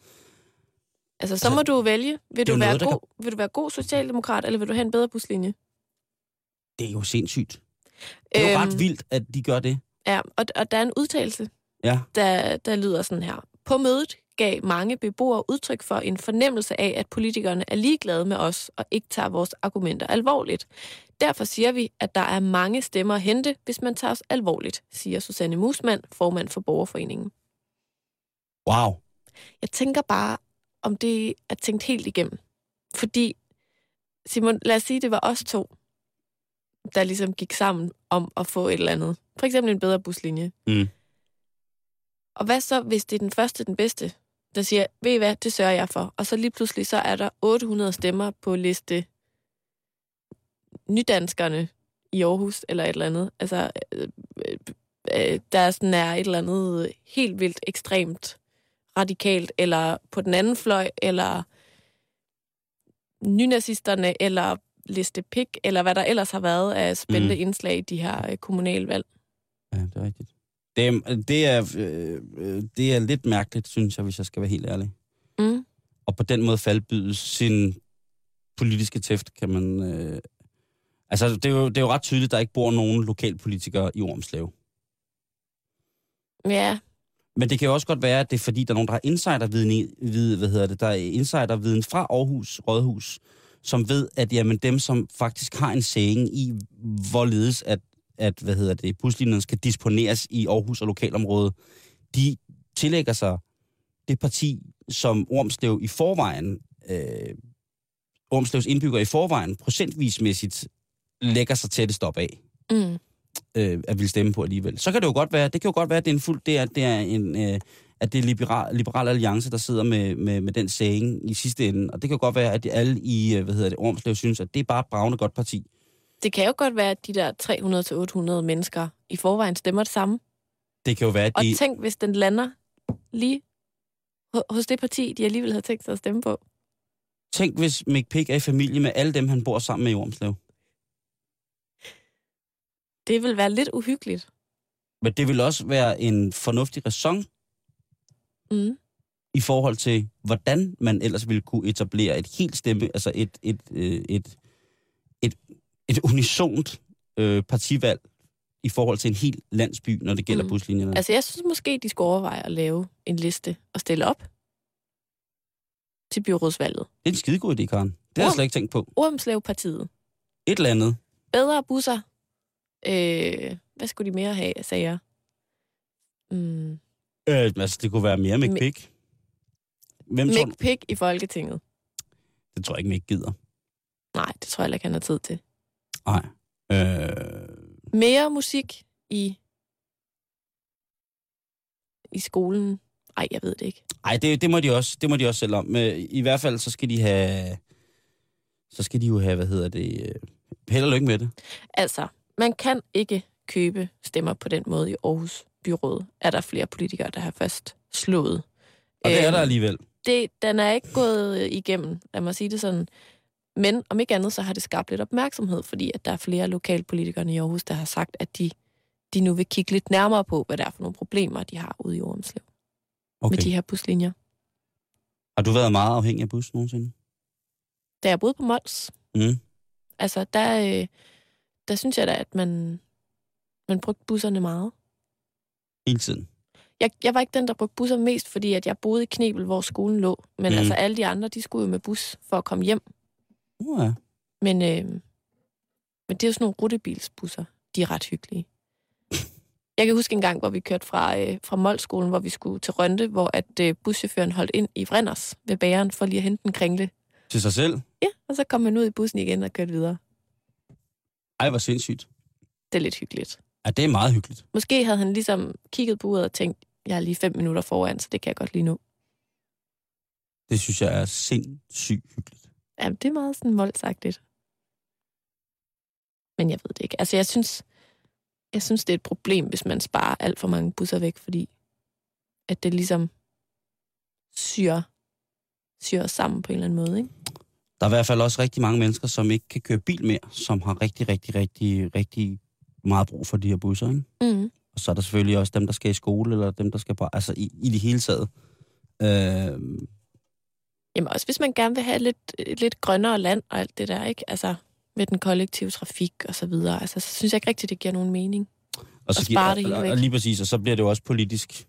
S2: Altså, så
S3: Altså,
S2: må du vælge. Vil
S3: det er
S2: du,
S3: jo
S2: være
S3: noget, der
S2: god, vil du være god socialdemokrat, eller vil du have en bedre buslinje?
S3: det er jo sindssygt. Det
S2: Øhm,
S3: er jo ret vildt, at de gør det.
S2: Ja, og, og der er en udtalelse,
S3: Ja.
S2: der, der lyder sådan her. På mødet gav mange beboere udtryk for en fornemmelse af, at politikerne er ligeglade med os og ikke tager vores argumenter alvorligt. Derfor siger vi, at der er mange stemmer at hente, hvis man tager os alvorligt, siger Susanne Musmand, formand for Borgerforeningen.
S3: Wow.
S2: Jeg tænker bare, om det er tænkt helt igennem. Fordi, Simon, lad os sige, det var os to, der ligesom gik sammen om at få et eller andet. For eksempel en bedre buslinje.
S3: Mm.
S2: Og hvad så, hvis det er den første, den bedste, der siger, ved I hvad, det sørger jeg for. Og så lige pludselig, så er der 800 stemmer på liste nydanskerne i Aarhus, eller et eller andet. Altså, øh, øh, øh, der sådan er et eller andet helt vildt ekstremt radikalt, eller på den anden fløj, eller nynazisterne, eller liste pik, eller hvad der ellers har været af spændende mm. indslag i de her øh, kommunalvalg.
S3: Ja, det er rigtigt. Det er, det, er, øh, øh, det er lidt mærkeligt, synes jeg, hvis jeg skal være helt ærlig.
S2: Mm.
S3: Og på den måde faldbyde sin politiske tæft, kan man... Øh, altså, det er, jo, det er jo ret tydeligt, at der ikke bor nogen lokalpolitikere i Ormslev.
S2: Ja,
S3: Men det kan jo også godt være, at det er fordi, der er nogen, der har insiderviden, i, vid, hvad hedder det, der er insiderviden fra Aarhus Rådhus, som ved, at jamen, dem, som faktisk har en særing i, hvorledes at, at hvad hedder det, buslinjerne skal disponeres i Aarhus og lokalområdet, de tillægger sig det parti, som Ormslev i forvejen, øh, Ormslevs indbyggere i forvejen procentvismæssigt lægger sig tættest op af
S2: mm.
S3: øh, at ville stemme på alligevel. Så kan det jo godt være, det kan jo godt være, at det er en fuld, det er, det er en, øh, at det er liberal, liberal alliance, der sidder med, med, med den særing i sidste ende. Og det kan jo godt være, at de alle i, øh, hvad hedder det, Ormslev synes, at det er bare et bravende godt parti.
S2: Det kan jo godt være, at de der 300-800 mennesker i forvejen stemmer det samme.
S3: Det kan jo være, at
S2: Og
S3: de...
S2: tænk, hvis den lander lige ho- hos det parti, de alligevel havde tænkt sig at stemme på.
S3: Tænk, hvis Mick Pick er i familie med alle dem, han bor sammen med i Ormslev.
S2: Det vil være lidt uhyggeligt.
S3: Men det vil også være en fornuftig ræson
S2: Mm.
S3: i forhold til, hvordan man ellers ville kunne etablere et helt stemme, altså et, et, øh, et, et, et unisont øh, partivalg i forhold til en hel landsby, når det gælder
S2: Mm.
S3: mm. buslinjerne. Altså,
S2: Altså, jeg synes måske, de skulle overveje at lave en liste og stille op til byrådsvalget.
S3: det er en skidegod idé, Karen. Det har jeg
S2: Orm-
S3: slet ikke tænkt på.
S2: Ormslev-partiet.
S3: Et eller andet.
S2: Bedre busser. Øh, hvad skulle de mere have, sagde jeg. Mm.
S3: Øh, altså, det kunne være mere Mick
S2: Mi-
S3: Pick. Hvem tror du?
S2: Mick Pick i Folketinget.
S3: Det tror jeg ikke, Mick gider.
S2: Nej, det tror jeg heller ikke, han har tid til.
S3: Nej. Øh,
S2: Mere musik i i skolen. Nej, jeg ved det ikke.
S3: ej, det, det, må de også, det må de også selv om. Øh, I hvert fald, så skal de have... Så skal de jo have, hvad hedder det... øh, Held og lykke med det.
S2: Altså, man kan ikke købe stemmer på den måde i Aarhus Byråd. Er der flere politikere, der har først slået?
S3: Og det er
S2: Øhm,
S3: der alligevel.
S2: Det, den er ikke gået øh, igennem, lad mig sige det sådan. Men om ikke andet, så har det skabt lidt opmærksomhed, fordi at der er flere lokalpolitikere i Aarhus, der har sagt, at de, de nu vil kigge lidt nærmere på, hvad det er for nogle problemer, de har ude i Ormslev okay. med de her buslinjer.
S3: Har du været meget afhængig af bus nogensinde?
S2: Da jeg boede på Mols,
S3: Mm.
S2: Altså, der, øh, der synes jeg da, at man, man brugte busserne meget.
S3: Hele tiden.
S2: Jeg, jeg var ikke den, der brugte busser mest, fordi at jeg boede i Knebel, hvor skolen lå. Men mm.
S3: Mm.
S2: altså, alle de andre, de skulle jo med bus for at komme hjem.
S3: Uh, ja.
S2: Men, øh, men det er jo sådan nogle rutebilsbusser. De er ret hyggelige. Jeg kan huske en gang, hvor vi kørte fra, øh, fra Moldskolen, hvor vi skulle til Rønte, hvor at øh, buschaufføren holdt ind i Vrinders ved bageren for lige at hente en kringle.
S3: Til sig selv?
S2: Ja, og så kom han ud i bussen igen og kørte videre.
S3: Ej, hvor sindssygt.
S2: Det er lidt hyggeligt.
S3: Ja, det er meget hyggeligt.
S2: Måske havde han ligesom kigget på uret og tænkt, jeg er lige fem minutter foran, så det kan jeg godt lige nu.
S3: Det synes jeg er sindssygt hyggeligt.
S2: Jamen, det er meget sådan voldsagtigt. Men jeg ved det ikke. Altså, jeg synes, jeg synes, det er et problem, hvis man sparer alt for mange busser væk, fordi at det ligesom syrer, syrer os sammen på en eller anden måde, ikke?
S3: Der er i hvert fald også rigtig mange mennesker, som ikke kan køre bil mere, som har rigtig, rigtig, rigtig, rigtig meget brug for de her busser, ikke?
S2: Mm.
S3: Og så er der selvfølgelig også dem, der skal i skole, eller dem, der skal på... Altså, i, i det hele taget. Øh,
S2: Jamen, også hvis man gerne vil have lidt, et lidt grønnere land og alt det der, ikke? Altså, med den kollektive trafik og så videre. Altså, så synes jeg ikke rigtigt, det giver nogen mening.
S3: og, så
S2: Og
S3: giver-
S2: spare det hele
S3: og,
S2: væk.
S3: og, lige præcis, og så bliver det jo også politisk.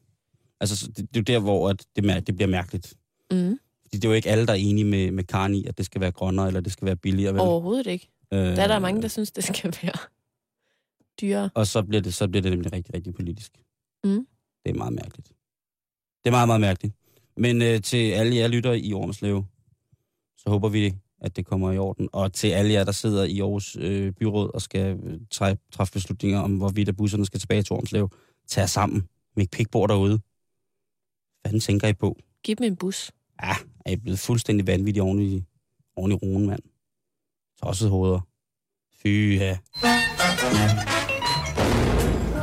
S3: Altså, så det, det er jo der, hvor at det, mær- det bliver mærkeligt.
S2: Mm.
S3: Fordi det er jo ikke alle, der er enige med, med Karen i, at det skal være grønnere, eller det skal være billigere. Vel?
S2: Overhovedet ikke.
S3: øh,
S2: Der er der mange, der synes, det skal være dyrere.
S3: Og så bliver, det, så bliver det nemlig rigtig, rigtig politisk.
S2: Mm.
S3: Det er meget mærkeligt. Det er meget, meget mærkeligt. Men øh, til alle jer lyttere i Ormslev, så håber vi, at det kommer i orden. Og til alle jer, der sidder i Aarhus øh, Byråd og skal øh, træ- træffe beslutninger om, hvorvidt at busserne skal tilbage til Ormslev, tag jer sammen. Mik Pikbord derude. Hvad tænker I på?
S2: Giv dem en bus.
S3: Ja, er I blevet fuldstændig vanvittig oven i, oven i roen, mand. Tosset hoveder. Fy ja.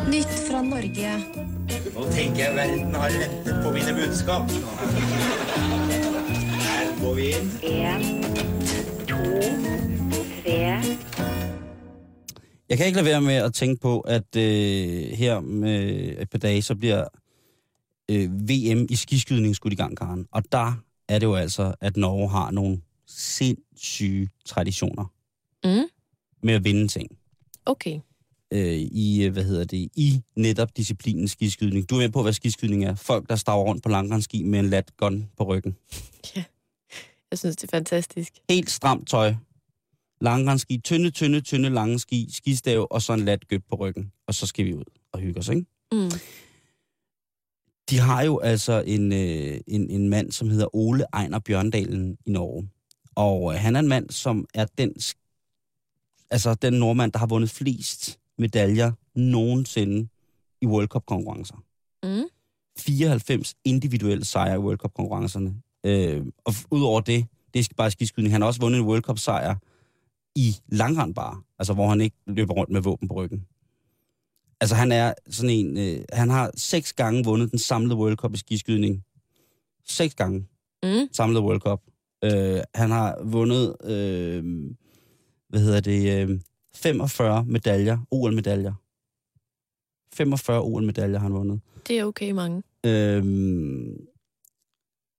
S5: Nytt fra Norge.
S6: Nå tenker jeg verden har rettet på mine budskap. Her går vi inn.
S3: Jeg kan ikke lade være med at tænke på, at øh, her med et par dage, så bliver øh, VM i skiskydning skudt i gang, Karen. Og der er det jo altså, at Norge har nogle sindssyge traditioner
S2: Mm.
S3: med at vinde ting.
S2: Okay.
S3: øh, i, øh, hvad hedder det, i netop disciplinen skiskydning. Du er med på, hvad skiskydning er. Folk, der stager rundt på langrensski med en lat gun på ryggen.
S2: Jeg synes, det er fantastisk.
S3: Helt stramt tøj. Langrensski, tynde, tynde, tynde lange ski, skistav og så en lat gøb på ryggen. Og så skal vi ud og hygge os, ikke?
S2: Mm.
S3: De har jo altså en, øh, en, en mand, som hedder Ole Ejner Bjørndalen i Norge. Og øh, han er en mand, som er den, sk- altså den nordmand, der har vundet flest medaljer nogensinde i World Cup-konkurrencer.
S2: Mm.
S3: 94 individuelle sejre i World Cup-konkurrencerne. Øh, og f- udover det, det er bare skiskydning. Han har også vundet en World Cup-sejr i langrand bare, altså hvor han ikke løber rundt med våben på ryggen. Altså han er sådan en, øh, han har seks gange vundet den samlede World Cup i skiskydning. Seks gange
S2: Mm.
S3: samlet World Cup. Øh, han har vundet, øh, hvad hedder det, øh, 45 medaljer, OL-medaljer. 45 OL-medaljer har han vundet.
S2: Det er okay mange.
S3: Øhm,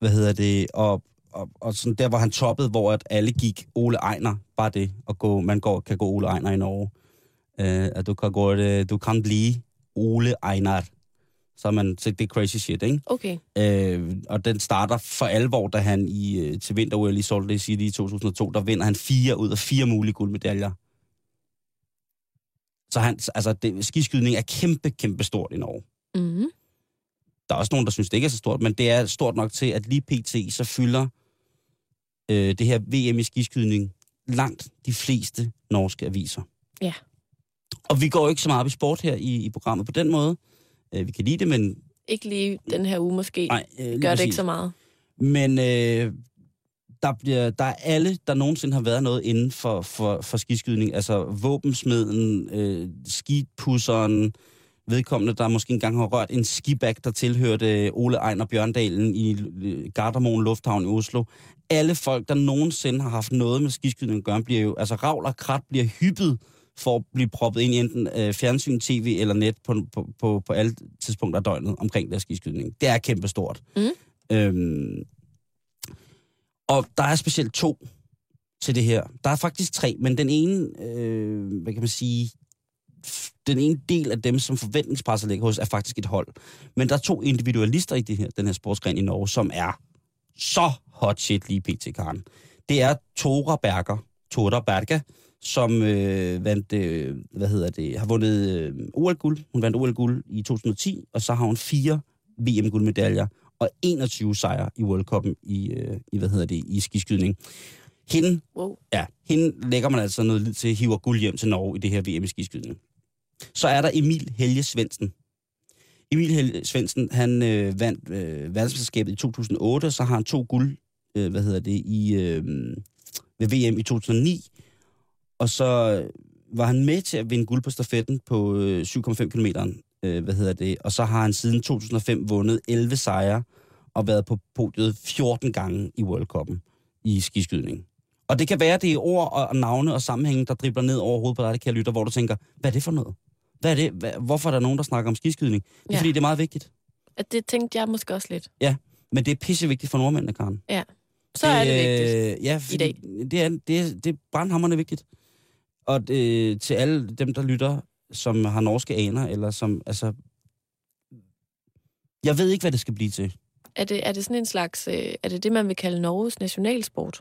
S3: hvad hedder det, og, og, og sådan der, hvor han toppede, hvor at alle gik Ole Ejner, bare det, og gå, man går, kan gå Ole Ejner i Norge. Øh, at du kan gå det, du kan blive Ole Ejner. Så er man, så det er crazy shit, ikke?
S2: Okay.
S3: Øh, og den starter for alvor, da han i, øh, til vinter i Salt Lake City i 2002, der vinder han fire ud af fire mulige guldmedaljer. Så han, altså, det, skiskydning er kæmpe, kæmpe stort i Norge.
S2: Mm.
S3: Der er også nogen, der synes, det ikke er så stort, men det er stort nok til, at lige pt. så fylder øh, det her VM i skiskydning langt de fleste norske aviser.
S2: Ja.
S3: Og vi går jo ikke så meget op i sport her i, i programmet på den måde. Øh, vi kan lide det, men...
S2: Ikke lige den her uge måske.
S3: Nej, øh, lige
S2: Gør det
S3: præcis.
S2: ikke så meget.
S3: Men øh, der, bliver, der er alle, der nogensinde har været noget inden for, for, for skiskydning. Altså våbensmeden, øh, skipusseren, vedkommende, der måske engang har rørt en skibag, der tilhørte Ole Ejner Bjørndalen i øh, Gardermoen Lufthavn i Oslo. Alle folk, der nogensinde har haft noget med skiskydning at gøre, bliver jo, altså ravl og krat bliver hyppet for at blive proppet ind i enten øh, fjernsyn, tv eller net på, på, på, på alle tidspunkter af døgnet omkring deres skiskydning. Det er kæmpestort. Øhm, og der er specielt to til det her. Der er faktisk tre, men den ene, øh, hvad kan man sige, f- den ene del af dem, som forventningspresset ligger hos, er faktisk et hold. Men der er to individualister i det her, den her sportsgren i Norge, som er så hot shit lige pt. Karen. Det er Tora Berger, Tora Berger, som øh, vandt, øh, hvad hedder det, har vundet øh, OL-guld. Hun vandt OL-guld i 2010, og så har hun fire VM-guldmedaljer og 21 sejre i World Cup'en i, øh, i, hvad hedder det, i skiskydning. Hende,
S2: Wow.
S3: ja, hende lægger man altså noget lid til, hiver guld hjem til Norge i det her VM i skiskydning. Så er der Emil Helge Svendsen. Emil Helge Svendsen, han øh, vandt øh, verdensmesterskabet i 2008, og så har han to guld, øh, hvad hedder det, i, øh, ved VM i 2009. Og så øh, var han med til at vinde guld på stafetten på øh, 7,5 km. Øh, hvad hedder det? Og så har han siden 2005 vundet 11 sejre og været på podiet 14 gange i World Cup'en i skiskydning. Og det kan være, det er ord og og navne og sammenhænge, der dribler ned over hovedet på dig, det kan jeg lytte, hvor du tænker, hvad er det for noget? Hvad er det? Hvad, hvorfor er der nogen, der snakker om skiskydning? Det er ja.
S2: Ja.
S3: fordi, det er meget vigtigt.
S2: At det tænkte jeg måske også lidt.
S3: Men det er pissevigtigt for nordmændene, Karen.
S2: Så er det øh, vigtigt.
S3: vigtigt ja, fordi
S2: dag.
S3: Det er, det, er, det er brandhammerne vigtigt. Og det, til alle dem, der lytter, som har norske aner, eller som, altså... Jeg ved ikke, hvad det skal blive til.
S2: Er det, er det sådan en slags, øh, er det det, man vil kalde Norges nationalsport?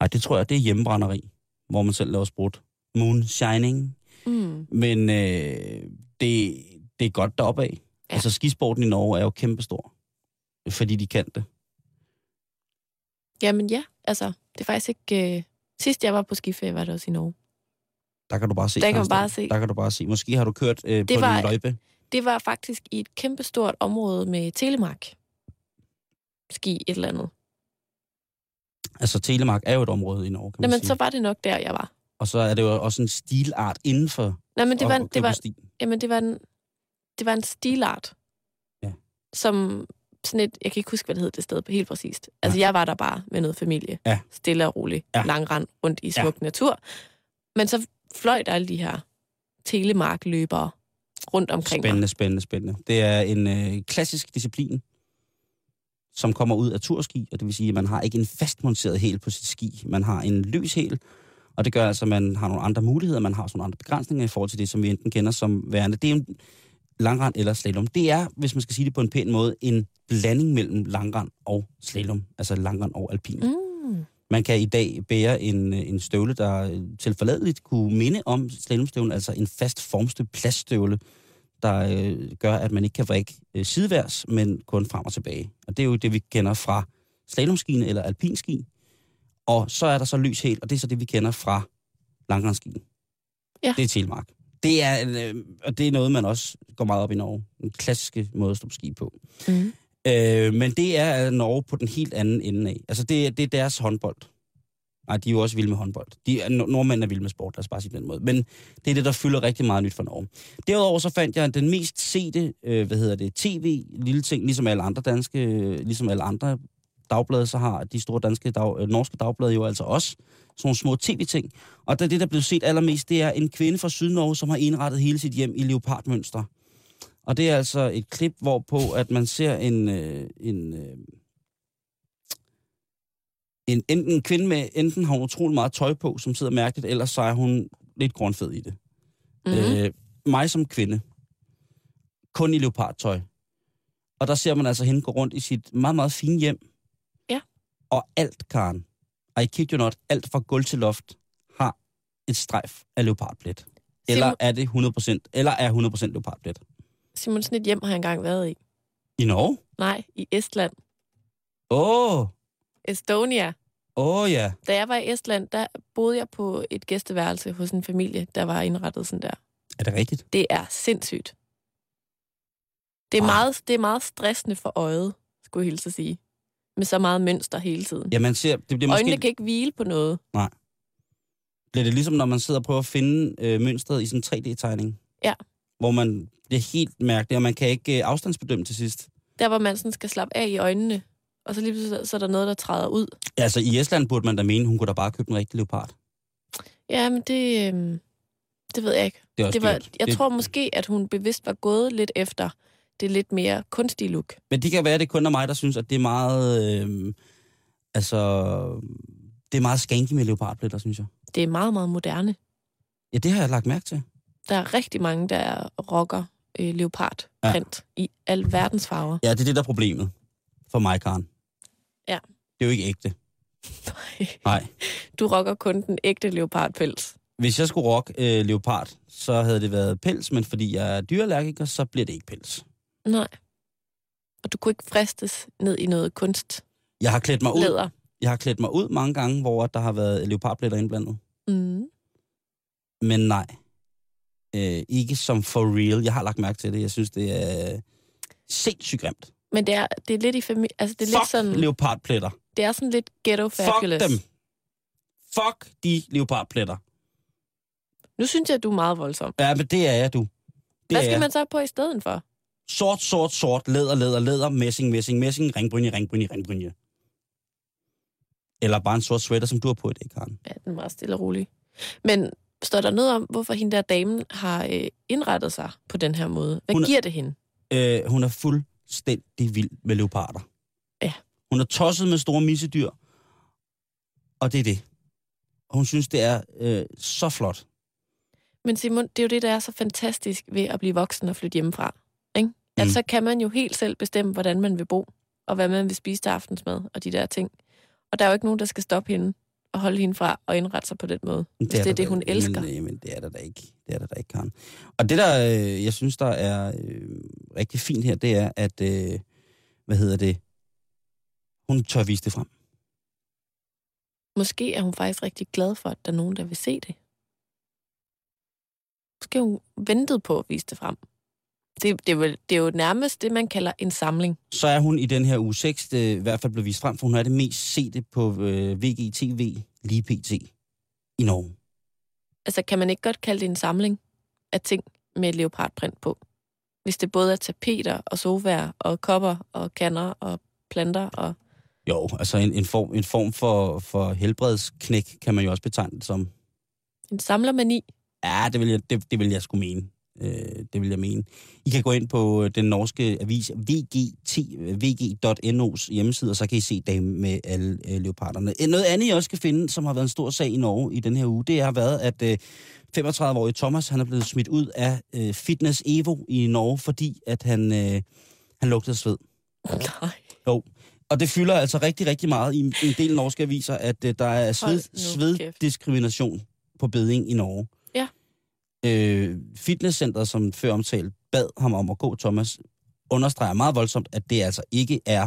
S3: Nej, det tror jeg, det er hjemmebrænderi, hvor man selv laver sprut. Moonshining.
S2: Mm.
S3: Men øh, det, det er godt deroppe af. Ja.
S2: Ja.
S3: Altså, skisporten i Norge er jo kæmpestor. fordi de kan det.
S2: Jamen ja, altså, det er faktisk ikke... Øh... Sidst jeg var på skiferie, var det også i Norge.
S3: Der kan du bare se.
S2: Der kan man
S3: Carsten.
S2: bare se.
S3: Der kan du bare se. Måske har du kørt øh, på
S2: var-
S3: en løjpe.
S2: Det var faktisk i et kæmpestort område med Telemark. Ski et eller andet.
S3: Altså, Telemark er jo et område i Norge, kan man
S2: Jamen,
S3: sige.
S2: så var det nok der, jeg var.
S3: Og så er det jo også en stilart inden for
S2: Nej, men det var, det var,
S3: Sti.
S2: jamen, det var, en, det var en stilart.
S3: Ja.
S2: Som sådan et, jeg kan ikke huske, hvad det hed det sted på helt præcist. Altså, jeg var der bare med noget familie.
S3: Ja.
S2: Stille og roligt.
S3: Ja.
S2: Ja. Langrand rundt i smuk ja. natur. Men så fløj der alle de her telemarkløbere rundt omkring mig.
S3: Spændende, spændende, spændende. Det er en øh, klassisk disciplin, som kommer ud af turski, og det vil sige, at man har ikke en fastmonteret hæl på sit ski. Man har en løs hæl, og det gør altså, at man har nogle andre muligheder, man har sådan nogle andre begrænsninger i forhold til det, som vi enten kender som værende. Det er en langrand eller slalom. Det er, hvis man skal sige det på en pæn måde, en blanding mellem langrand og slalom, altså langrand og alpin. Mm.
S2: Mm.
S3: Man kan i dag bære en, øh, en støvle, der øh, tilforladeligt kunne minde om slalomstøvlen, altså en fast formstøbt plaststøvle, der øh, gør, at man ikke kan vrikke øh, sideværs, men kun frem og tilbage. Og det er jo det, vi kender fra slalomskien eller alpinski. Og så er der så lys helt, og det er så det, vi kender fra langrandskien.
S2: Ja.
S3: Det er Telemark. Det er, en, øh, og det er noget, man også går meget op i Norge. Den klassiske måde at stå på ski på.
S2: Mm.
S3: Øh, men det er Norge på den helt anden ende af. Altså, det, er- det er deres håndbold. Nej, de er jo også vilde med håndbold. De er, nor- nordmænd er vilde med sport, lad os bare sige det på den måde. Men det er det, der fylder rigtig meget nyt for Norge. Derudover så fandt jeg den mest sete, øh, hvad hedder det, tv, lille ting, ligesom alle andre danske, øh, ligesom alle andre dagblade, så har de store danske dag, øh, norske dagblade jo altså også sådan nogle små tv-ting. Og der, det, der blev set allermest, det er en kvinde fra Sydnorge, som har indrettet hele sit hjem i leopardmønster. Og det er altså et klip, hvorpå at man ser en, øh, en, øh, en enten en kvinde med, enten har hun utrolig meget tøj på, som sidder mærkeligt, eller så er hun lidt grønfed i det.
S2: Mm-hmm.
S3: Øh, mig som kvinde. Kun i leopardtøj. Og der ser man altså hende gå rundt i sit meget, meget fine hjem.
S2: Ja.
S3: Og alt, Karen, I kid you not, alt fra gulv til loft har et strejf af leopardplet. Eller
S2: Simon-
S3: er det 100%, eller er 100% leopardplet.
S2: Simon, sådan et hjem har jeg engang været i.
S3: I Norge?
S2: Nej, i Estland.
S3: Åh, oh,
S2: Estonia.
S3: åh oh, ja.
S2: Da jeg var i Estland, der boede jeg på et gæsteværelse hos en familie, der var indrettet sådan der.
S3: Er det rigtigt?
S2: Det er sindssygt. Det er,
S3: Wow.
S2: meget, det er meget stressende for øjet, skulle jeg hilse at sige. Med så meget mønster hele tiden.
S3: Ja, man ser, det bliver
S2: Måske...
S3: måske...
S2: Øjnene kan ikke hvile på noget.
S3: bliver det ligesom, når man sidder og prøver at finde øh, mønstret i sådan en 3D-tegning.
S2: Ja.
S3: Hvor man bliver helt mærkelig, og man kan ikke øh, afstandsbedømme til sidst.
S2: Der, hvor man sådan skal slappe af i øjnene, og så lige pludselig så er der noget, der træder ud.
S3: Altså, i Estland burde man da mene, hun kunne da bare købe en rigtig leopard.
S2: Ja, men det, øhm, det ved jeg ikke.
S3: Det er også
S2: Det var,
S3: dyrt.
S2: jeg
S3: det,
S2: tror måske, at hun bevidst var gået lidt efter det lidt mere kunstige look.
S3: Men det kan være, at det kun er mig, der synes, at det er meget... Øh, altså... Det er meget skanky med leopardpletter, synes jeg.
S2: Det er meget, meget moderne.
S3: Ja, det har jeg lagt mærke til.
S2: Der er rigtig mange, der rocker øh, leopardprint ja. i al verdens farver.
S3: Ja, det er det, der er problemet for mig, Karen.
S2: Ja.
S3: Det er jo ikke
S2: <laughs>
S3: ægte. Nej.
S2: Du rocker kun den ægte leopardpels.
S3: Hvis jeg skulle rock øh, leopard, så havde det været pels, men fordi jeg er dyrallergiker, så bliver det ikke pels.
S2: Nej. Og du kunne ikke fristes ned i noget kunstlæder.
S3: Jeg har klædt mig ud Jeg har klædt mig ud mange gange, hvor der har været leopardpletter indblandet.
S2: Mm.
S3: Men nej. Øh, ikke som for real. Jeg har lagt mærke til det. Jeg synes, det er sindssygt grimt.
S2: Men det er, det er lidt i familie... Altså, det er,
S3: Fuck
S2: lidt sådan,
S3: leopardpletter.
S2: det er sådan lidt ghetto fabulous.
S3: Fuck dem. Fuck de leopardpletter.
S2: Nu synes jeg, at du er meget voldsom.
S3: Ja, men det er jeg, du. Det
S2: Hvad
S3: er
S2: skal
S3: jeg.
S2: man så have på i stedet for?
S3: Sort, sort, sort. Læder, læder, læder. Messing, messing, messing. Ringbrynje, ringbrynje, ringbrynje. Eller bare en sort sweater, som du har på i dag, Karen.
S2: Ja, den er meget stille og rolig. Men står der noget om, hvorfor hende der damen har øh, indrettet sig på den her måde? Hvad
S3: Hun
S2: hun
S3: er-
S2: giver det hende?
S3: Øh, hun er fuldstændig vild med leoparder.
S2: Ja.
S3: Hun er tosset med store missedyr. Og det er det. Og hun synes, det er øh, så flot.
S2: Men Simon, det er jo det, der er så fantastisk ved at blive voksen og flytte hjemmefra. Ikke? Mm. At
S3: Mm.
S2: så kan man jo helt selv bestemme, hvordan man vil bo, og hvad man vil spise til aftensmad, og de der ting. Og der er jo ikke nogen, der skal stoppe hende og holde hende fra og indrette sig på den måde. Det hvis Altså, det
S3: der
S2: er det,
S3: da-
S2: hun elsker.
S3: Men, øh, men det er der da ikke. Det er der da ikke, Karen. Og det, der øh, jeg synes, der er øh, rigtig fint her, det er, at øh, hvad hedder det, Hun tør vise det frem.
S2: Måske er hun faktisk rigtig glad for, at der er nogen, der vil se det. Måske har hun ventet på at vise det frem. Det, det, er, vel, det er jo nærmest det, man kalder en samling.
S3: Så er hun i den her uge 6 det, i hvert fald blevet vist frem, for hun er det mest sete på øh, VGTV lige pt. i Norge.
S2: Altså, kan man ikke godt kalde det en samling af ting med leopardprint på? Hvis det både er tapeter og sofaer og kopper og kanner og planter og...
S3: Jo, altså en, en form, en form for, for helbredsknæk kan man jo også betegne det som.
S2: En samlermani.
S3: Ja, det vil jeg, det, det vil jeg sgu mene. Øh, det vil jeg mene. I kan gå ind på øh, den norske avis VGT, vg.nos hjemmeside, og så kan I se dem med alle øh, leoparderne. Øh, Noget andet, I også kan finde, som har været en stor sag i Norge i den her uge, det har været, at øh, 35-årige Thomas han er blevet smidt ud af øh, Fitness Evo i Norge, fordi at han, øh, han lugtede af sved.
S2: Nej.
S3: Jo. Og det fylder altså rigtig, rigtig meget i en del norske aviser, at øh, der er sved,
S2: nu kæft.
S3: sveddiskrimination på beding i Norge.
S2: Ja.
S3: Øh, fitnesscenteret, som før omtalt, bad ham om at gå, Thomas, understreger meget voldsomt, at det altså ikke er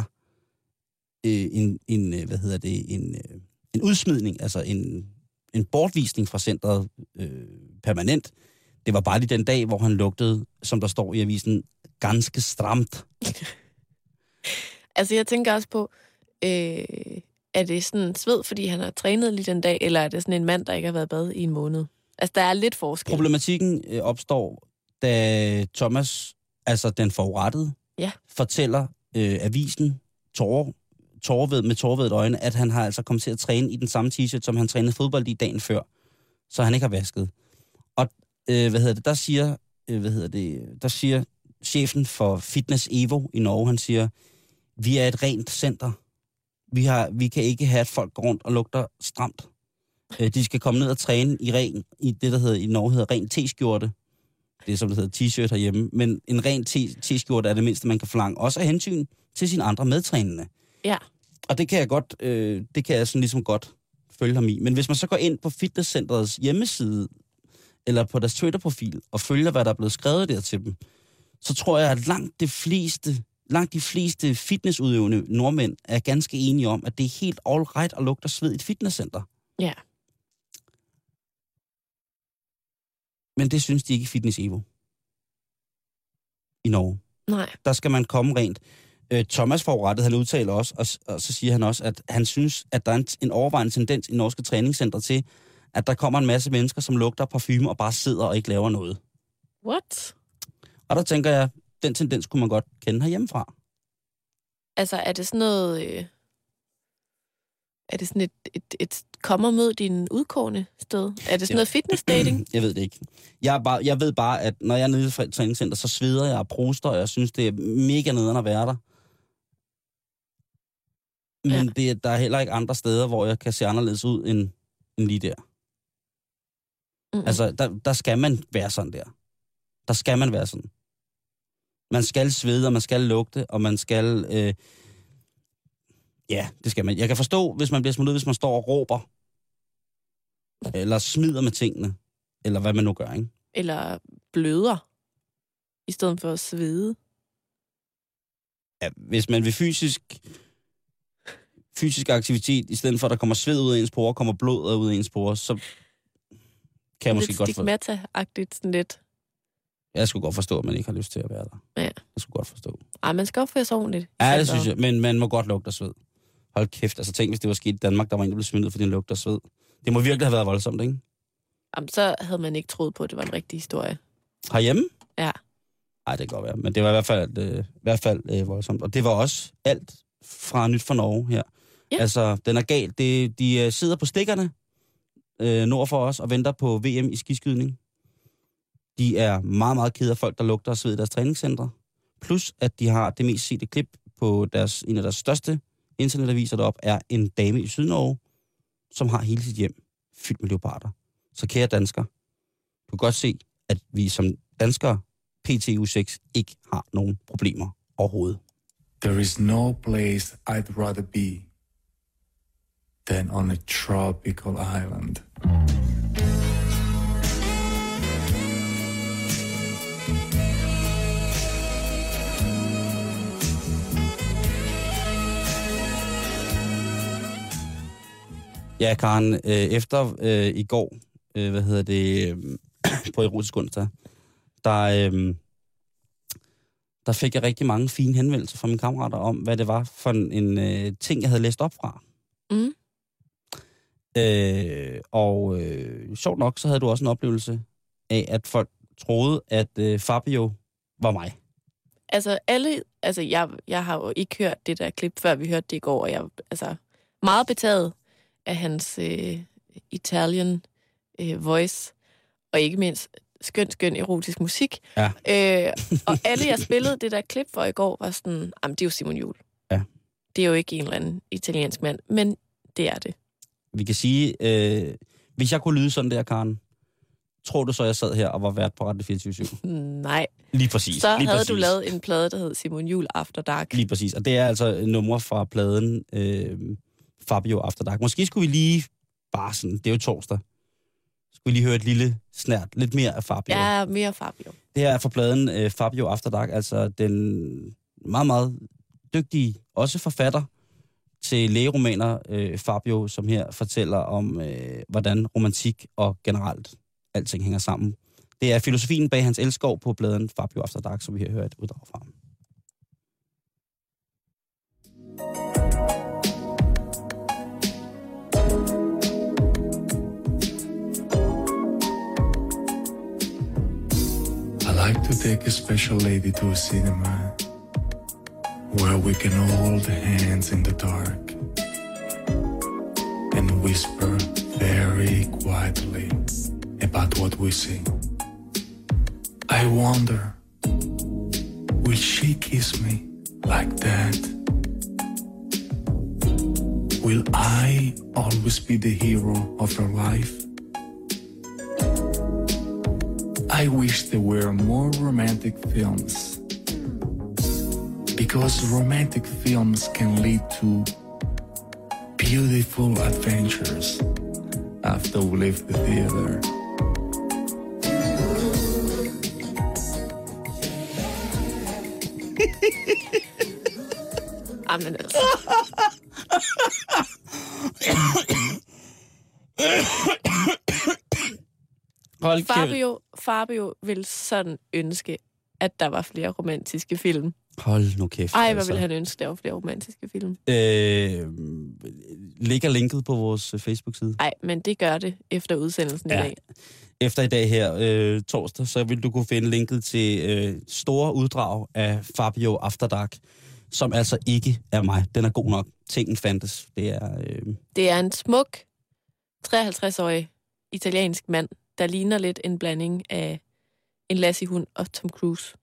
S3: øh, en, en, øh, hvad hedder det, en, øh, en udsmidning, altså en, en bortvisning fra centret øh, permanent. Det var bare lige den dag, hvor han lugtede, som der står i avisen, ganske stramt.
S2: Altså, jeg tænker også på, øh, er det sådan sved, fordi han har trænet lige den dag, eller er det sådan en mand, der ikke har været i bad i en måned? Altså, der er lidt forskel.
S3: Problematikken øh, opstår, da Thomas, altså den forurettede,
S2: Ja.
S3: fortæller øh, avisen tårer, tårerved, med tårervedet øjne, at han har altså kommet til at træne i den samme t-shirt, som han trænede fodbold i dagen før, så han ikke har vasket. Og øh, hvad hedder det, der siger, øh, hvad hedder det, der siger chefen for Fitness Evo i Norge, han siger, vi er et rent center. Vi, har, vi kan ikke have, at folk går rundt og lugter stramt. Øh, de skal komme ned og træne i ren, i det, der hedder, i Norge hedder ren t-skjorte. Det er, som det hedder, t-shirt herhjemme. Men en ren t- t-skjorte er det mindste, man kan forlange. Også af hensyn til sine andre medtrænende.
S2: Ja.
S3: Og det kan jeg godt, øh, det kan jeg sådan ligesom godt følge ham i. Men hvis man så går ind på fitnesscentrets hjemmeside, eller på deres Twitter-profil, og følger, hvad der er blevet skrevet der til dem, så tror jeg, at langt de fleste, langt de fleste fitnessudøvende nordmænd er ganske enige om, at det er helt all right at lugte af sved i et fitnesscenter.
S2: Ja.
S3: Men det synes de ikke i Fitness Evo. I Norge.
S2: Nej.
S3: Der skal man komme rent. Øh, Thomas forurettet, han udtaler også, og, s- og så siger han også, at han synes, at der er en, en overvejende tendens i norske træningscentre til, at der kommer en masse mennesker, som lugter af parfume og bare sidder og ikke laver noget.
S2: What?
S3: Og der tænker jeg, den tendens kunne man godt kende herhjemmefra.
S2: Altså, er det sådan noget... Øh, er det sådan et, et, et kommer mød din udkårende sted? Er det sådan
S3: Ja.
S2: noget fitness
S3: <clears throat>
S2: dating?
S3: Jeg ved det ikke. Jeg, er bare, jeg ved bare, at når jeg er nede i et træningscenter, så sveder jeg og proster, og jeg synes, det er mega nederen at være der. Men ja. det, er- der er heller ikke andre steder, hvor jeg kan se anderledes ud end, end lige der.
S2: Mm.
S3: Altså, der, der skal man være sådan der. Der skal man være sådan. Man skal svede, og man skal lugte, og man skal... Øh... Ja, det skal man. Jeg kan forstå, hvis man bliver smidt ud, hvis man står og råber. Eller smider med tingene. Eller hvad man nu gør, ikke?
S2: Eller bløder? I stedet for at svede?
S3: Ja, hvis man ved fysisk fysisk aktivitet, i stedet for at der kommer sved ud af ens porer, kommer blod ud af ens porer, så kan jeg måske
S2: lidt
S3: godt for...
S2: stigmata-agtigt sådan lidt.
S3: Jeg skulle godt forstå, at man ikke har lyst til at være der.
S2: Ja.
S3: Jeg skulle godt forstå.
S2: Ej, man skal opføre sig ordentligt. Altså,
S3: Ja, det synes jeg. Men man må godt lugte af sved. Hold kæft, altså tænk, hvis det var sket i Danmark, der var en, der blev smidt ud, fordi den lugter af sved. Det må virkelig have været voldsomt, ikke?
S2: Jamen, så havde man ikke troet på, at det var en rigtig historie.
S3: Herhjemme?
S2: Ja.
S3: Nej, det kan godt være. Men det var i hvert fald, øh, i hvert fald øh, voldsomt. Og det var også alt fra Nyt for Norge her.
S2: Ja.
S3: Altså, den er galt. Det, de øh, sidder på stikkerne øh, nord for os og venter på VM i skiskydning. De er meget, meget kede af folk, der lugter og sved i deres træningscentre. Plus, at de har det mest sete klip på deres, en af deres største internetaviser derop er en dame i Sydnorge, som har hele sit hjem fyldt med leoparder. Så kære dansker, du kan godt se, at vi som danskere PTU6 ikke har nogen problemer overhovedet.
S7: There is no place I'd rather be than on a tropical island.
S3: Ja, Karen, øh, efter øh, i går, øh, hvad hedder det, øh, <clears throat> på Erotisk Onsdag, der, øh, der fik jeg rigtig mange fine henvendelser fra mine kammerater om, hvad det var for en, en øh, ting, jeg havde læst op fra.
S2: Mm.
S3: Øh, og øh, sjovt nok, så havde du også en oplevelse af, at folk troede, at øh, Fabio var mig.
S2: Altså, alle, altså jeg, jeg har jo ikke hørt det der klip, før vi hørte det i går, og jeg er altså, meget betaget af hans øh, Italian øh, voice, og ikke mindst skøn, skøn erotisk musik.
S3: Ja.
S2: Øh, og alle, jeg spillede det der klip for i går, var sådan, jamen det er jo Simon Jul.
S3: Ja.
S2: Det er jo ikke en eller anden italiensk mand, men det er det.
S3: Vi kan sige, øh, hvis jeg kunne lyde sådan der, Karen, tror du så, jeg sad her og var vært på Radio 24
S2: Nej.
S3: Lige præcis.
S2: Så
S3: lige
S2: havde
S3: præcis.
S2: du lavet en plade, der hed Simon Jul After Dark.
S3: Lige præcis. Og det er altså numre fra pladen øh, Fabio After Dark. Måske skulle vi lige, bare sådan, det er jo torsdag, skulle vi lige høre et lille snært, lidt mere af Fabio.
S2: Ja, mere Fabio.
S3: Det her er fra pladen øh, Fabio After Dark, altså den meget, meget dygtige, også forfatter til lægeromaner, øh, Fabio, som her fortæller om, øh, hvordan romantik og generelt alting hænger sammen. Det er filosofien bag hans elskov på pladen Fabio After Dark, som vi her hører et uddrag fra.
S7: I like to take a special lady to a cinema where we can hold hands in the dark and whisper very quietly about what we see. I wonder, will she kiss me like that? Will I always be the hero of her life? I wish there were more romantic films. Because romantic films can lead to beautiful adventures after we leave the theater.
S2: Jamen altså.
S3: Hold kæft.
S2: Fabio, Fabio ville sådan ønske, at der var flere romantiske film.
S3: Hold nu kæft. altså.
S2: Ej, hvor ville han ønske, der var flere romantiske film.
S3: Øh, ligger linket på vores øh, Facebook-side.
S2: Nej, men det gør det efter udsendelsen ja. i
S3: Ja.
S2: dag.
S3: Efter i dag her, øh, torsdag, så vil du kunne finde linket til øh, store uddrag af Fabio After Dark, som altså ikke er mig. Den er god nok. Tingen fandtes. Det er... Øh,
S2: Det er en smuk, 53-årig italiensk mand, der ligner lidt en blanding af en Lassie-hund og Tom Cruise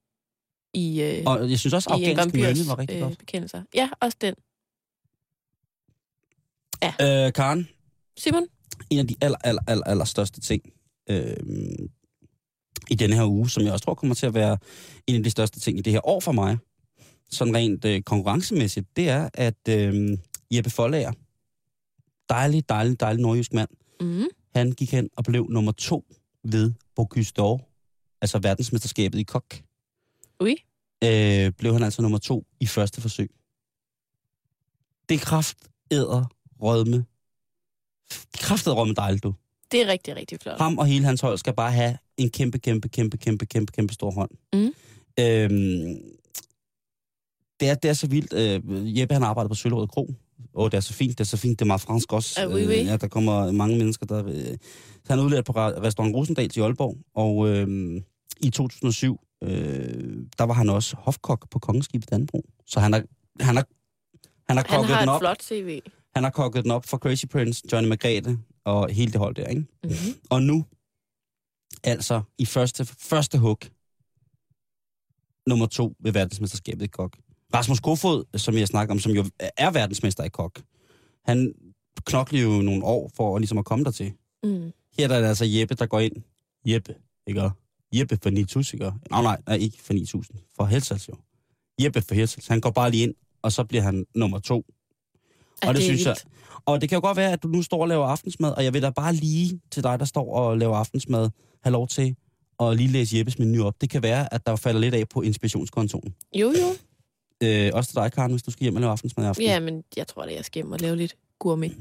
S2: i, øh,
S3: og jeg synes også,
S2: i en
S3: afghansk
S2: vampyrs
S3: mønne var rigtig øh, godt.
S2: bekendelser. Ja, også den.
S3: Øh, Karen,
S2: Simon?
S3: en af de aller, aller, aller, aller største ting øh, i denne her uge, som jeg også tror kommer til at være en af de største ting i det her år for mig, sådan rent øh, konkurrencemæssigt, det er, at øh, Jeppe Forlager, dejlig, dejlig, dejlig nordjysk mand,
S2: Mm.
S3: han gik hen og blev nummer to ved Bocuse d'Or, altså verdensmesterskabet i kok.
S2: Ui.
S3: Øh, blev han altså nummer to i første forsøg. Det er kraft, æder, rødme. Kraft, æder, rødme dejligt, du.
S2: Det er rigtig, rigtig flot.
S3: Ham og hele hans hold skal bare have en kæmpe, kæmpe, kæmpe, kæmpe, kæmpe, kæmpe stor hånd.
S2: Mm.
S3: Øhm, det, er, det er så vildt. Øh, Jeppe, han arbejder på Sølvrød Kro. Åh, det er så fint, det er så fint. Det er meget fransk også.
S2: Ah, oui, oui.
S3: Øh, ja, der kommer mange mennesker, der... Øh, så han er udlært på ra- restaurant Rosendal i Aalborg, og øh, i 2007, øh, der var han også hofkok på Kongeskibet Danbro. Så han har, han har, han har
S2: Han
S3: kokket
S2: har
S3: den
S2: et
S3: op.
S2: flot CV.
S3: Han har kokket den op for Crazy Prince, Johnny Margrethe og hele det hold der, ikke?
S2: Mm-hmm.
S3: Og nu, altså i første, første hug, nummer to ved verdensmesterskabet i kok. Rasmus Kofod, som jeg snakker om, som jo er verdensmester i kok, han knoklede jo nogle år for at, ligesom at komme dertil.
S2: Mm.
S3: Her der er det altså Jeppe, der går ind. Jeppe, ikke? også? Jeppe for 9.000, ikke? også? Nå, nej, nej, ikke for 9.000. For Helsals jo. Jeppe for Helsals. Han går bare lige ind, og så bliver han nummer to.
S2: Ja,
S3: Og det
S2: er
S3: synes jeg-
S2: vildt.
S3: Og det kan jo godt være, at du nu står og laver aftensmad, og jeg vil da bare lige til dig, der står og laver aftensmad, have lov til at lige læse Jeppes menu op. Det kan være, at der falder lidt af på inspirationskontoen.
S2: Jo, jo.
S3: Øh, også til dig, Karen, hvis du skal hjem og lave aftensmad i aften.
S2: Ja, men jeg tror da, jeg skal hjem og lave lidt gourmet.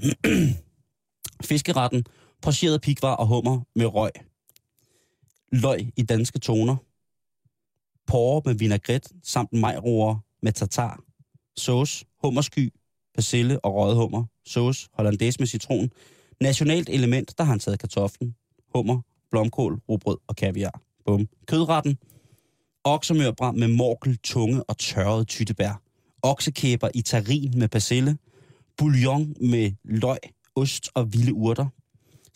S3: Fiskeretten, pocheret pikvar og hummer med røg. Løg i danske toner. Porre med vinaigrette samt majroer med tartar. Sauce, hummersky, persille og røget hummer. Sauce, hollandaise med citron. Nationalt element, der har han taget kartoflen, hummer, blomkål, rugbrød og kaviar. Bum. Kødretten. Oksemørbræd med morkel, tunge og tørrede tyttebær. Oksekæber i tarin med persille. Bouillon med løg, ost og vilde urter.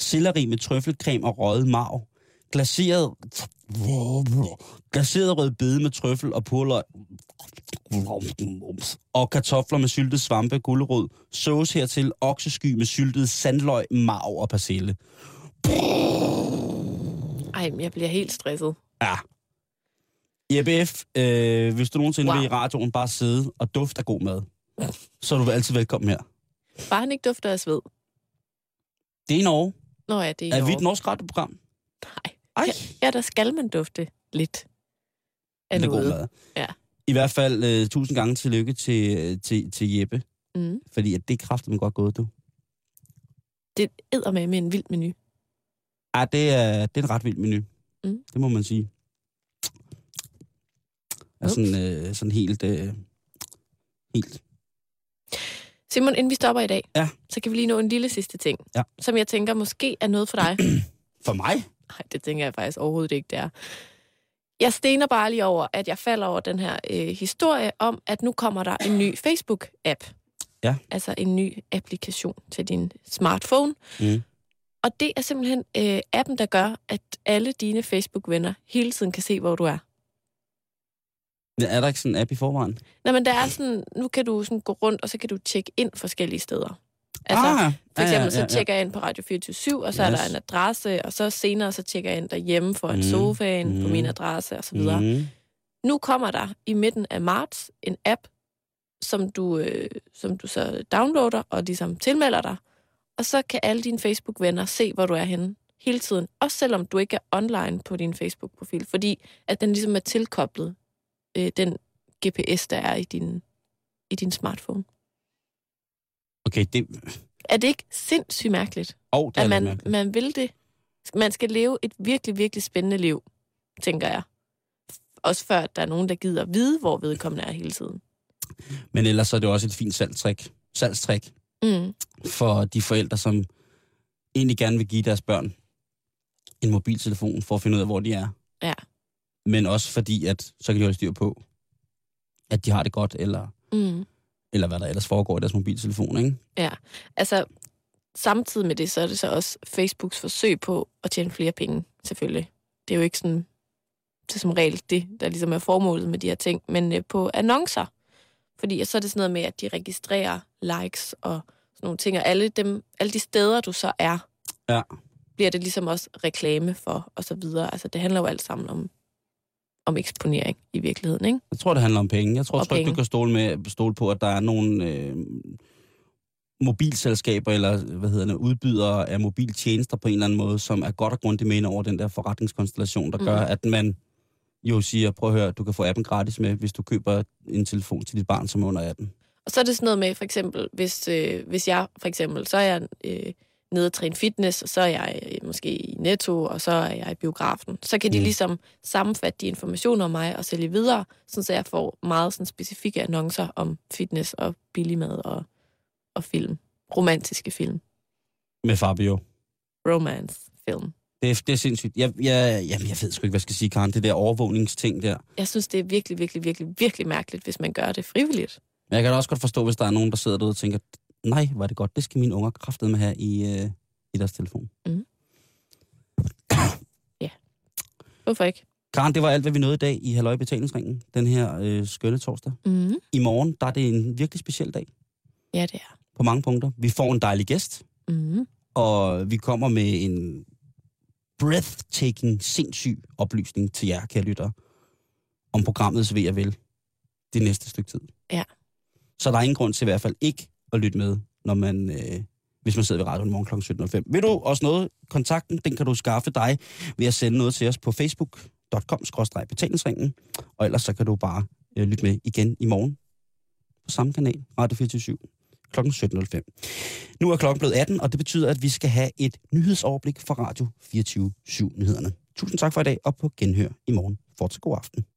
S3: Selleri med trøffelcreme og røget marv. Glaseret, glaseret rød bede med trøffel og purløg. Og kartofler med syltet svampe, gulerod. Sauce hertil, oksesky med syltet sandløg, marv og persille.
S2: Ej, men jeg bliver helt stresset.
S3: Ja. Jeppe F., øh, hvis du nogensinde wow.
S2: Wow.
S3: vil i radioen bare sidde og dufte af god mad, så er du altid velkommen her.
S2: Bare han ikke dufter af sved.
S3: Det er i Norge.
S2: Nå ja, det er, i
S3: Er vi
S2: Norge.
S3: et norsk radioprogram?
S2: Nej.
S3: Ej,
S2: Ja, der skal man dufte lidt af
S3: det er god
S2: noget.
S3: mad.
S2: Ja.
S3: I hvert fald øh, tusind gange tillykke til, øh, til, til Jeppe,
S2: Mm.
S3: fordi at det er kraftigt godt gået, du.
S2: Det æder med med en vild menu.
S3: Ja, Ah, det er, det er en ret vild menu.
S2: Mm.
S3: Det må man sige. Er sådan, øh, sådan helt... Øh, helt.
S2: Simon, inden vi stopper i dag,
S3: Ja.
S2: så kan vi lige nå en lille sidste ting,
S3: Ja.
S2: som jeg tænker måske er noget for dig.
S3: For mig?
S2: Nej, det tænker jeg faktisk overhovedet ikke, det er. Jeg stener bare lige over, at jeg falder over den her øh, historie om, at nu kommer der en ny Facebook-app.
S3: Ja.
S2: Altså en ny applikation til din smartphone.
S3: Mm.
S2: Og det er simpelthen øh, appen, der gør, at alle dine Facebook-venner hele tiden kan se, hvor du er.
S3: Ja, Er der ikke sådan en app i forvejen?
S2: Nå, men der er sådan, nu kan du sådan gå rundt, og så kan du tjekke ind forskellige steder. Altså,
S3: ah,
S2: For eksempel så tjekker jeg ind på Radio 24 og så yes. er
S3: Yes.
S2: der en adresse, og så senere så tjekker jeg ind derhjemme for en
S3: Mm.
S2: mm. sofaen mm. på
S3: Mm.
S2: min adresse og så videre. Mm.
S3: videre. Mm.
S2: Nu kommer der i midten af marts en app, som du, øh, som du så downloader og ligesom tilmelder dig, og så kan alle dine Facebook-venner se, hvor du er henne hele tiden, også selvom du ikke er online på din Facebook-profil, fordi at den ligesom er tilkoblet øh, den GPS, der er i din, i din smartphone.
S3: Okay, det,
S2: Er det ikke sindssygt mærkeligt?
S3: oh, det er
S2: at
S3: lidt
S2: man,
S3: mærkeligt.
S2: man vil det. Man skal leve et virkelig, virkelig spændende liv, tænker jeg. Også før at der er nogen, der gider vide, hvor vedkommende er hele tiden.
S3: Men ellers så er det jo også et fint salgstrik, salgstrik
S2: Mm.
S3: for de forældre, som egentlig gerne vil give deres børn en mobiltelefon for at finde ud af, hvor de er.
S2: Ja.
S3: Men også fordi, at så kan de holde styr på, at de har det godt, eller,
S2: Mm.
S3: eller hvad der ellers foregår i deres mobiltelefon. Ikke?
S2: Altså, samtidig med det, så er det så også Facebooks forsøg på at tjene flere penge, selvfølgelig. Det er jo ikke sådan, det er som regel det, der ligesom er formålet med de her ting, men øh, på annoncer. Fordi så er det sådan noget med, at de registrerer likes og sådan nogle ting, og alle, dem, alle de steder, du så er,
S3: Ja.
S2: bliver det ligesom også reklame for, og så videre. Altså, det handler jo alt sammen om, om eksponering i virkeligheden, ikke?
S3: Jeg tror, det handler om penge. Jeg tror
S2: Og
S3: trygt, du
S2: penge.
S3: kan stole, med, stole på, at der er nogle øh, mobilselskaber, eller hvad hedder det, udbydere af mobiltjenester på en eller anden måde, som er godt og grundigt med ind over den der forretningskonstellation, der gør,
S2: Mhm.
S3: at man jo siger, prøv at høre, du kan få appen gratis med, hvis du køber en telefon til dit barn, som er under 18.
S2: Og så er det sådan noget med, for eksempel, hvis, øh, hvis jeg, for eksempel, så er jeg øh, nede og træne fitness, og så er jeg øh, måske i Netto, og så er jeg i biografen. Så kan de
S3: Mm.
S2: ligesom sammenfatte de informationer om mig og sælge videre, sådan så jeg får meget sådan, specifikke annoncer om fitness og billig mad og, og film. Romantiske film.
S3: Med Fabio.
S2: Romance film.
S3: Det er, det er sindssygt. Jeg, jeg, jamen, jeg ved sgu ikke, hvad jeg skal sige, Karen. Det der overvågningsting der.
S2: Jeg synes, det er virkelig, virkelig, virkelig, virkelig mærkeligt, hvis man gør det frivilligt.
S3: Men jeg kan da også godt forstå, hvis der er nogen, der sidder derude og tænker, nej, var det godt, det skal mine unger kraftedeme have i, øh, i deres telefon.
S2: Hvorfor ikke?
S3: Karen, det var alt, hvad vi nåede i dag i Halløj Betalingsringen, den her øh, skønne torsdag.
S2: Mm.
S3: I morgen, der er det en virkelig speciel dag
S2: Ja, det er.
S3: på mange punkter. Vi får en dejlig gæst,
S2: Mm.
S3: og vi kommer med en breathtaking, sindssyg oplysning til jer, kære lyttere, om programmets ved og vel det næste stykke tid.
S2: Ja.
S3: Så der er ingen grund til i hvert fald ikke at lytte med, når man, øh, hvis man sidder ved radioen morgen kl. 17.05. Vil du også noget? Kontakten, den kan du skaffe dig ved at sende noget til os på facebook.com-betalingsringen, og ellers så kan du bare øh, lytte med igen i morgen på samme kanal, Radio 24 7, kl. 17.05. Nu er klokken blevet 18, og det betyder, at vi skal have et nyhedsoverblik fra Radio 24 7 Nyhederne. Tusind tak for i dag, og på genhør i morgen. Fortsat god aften.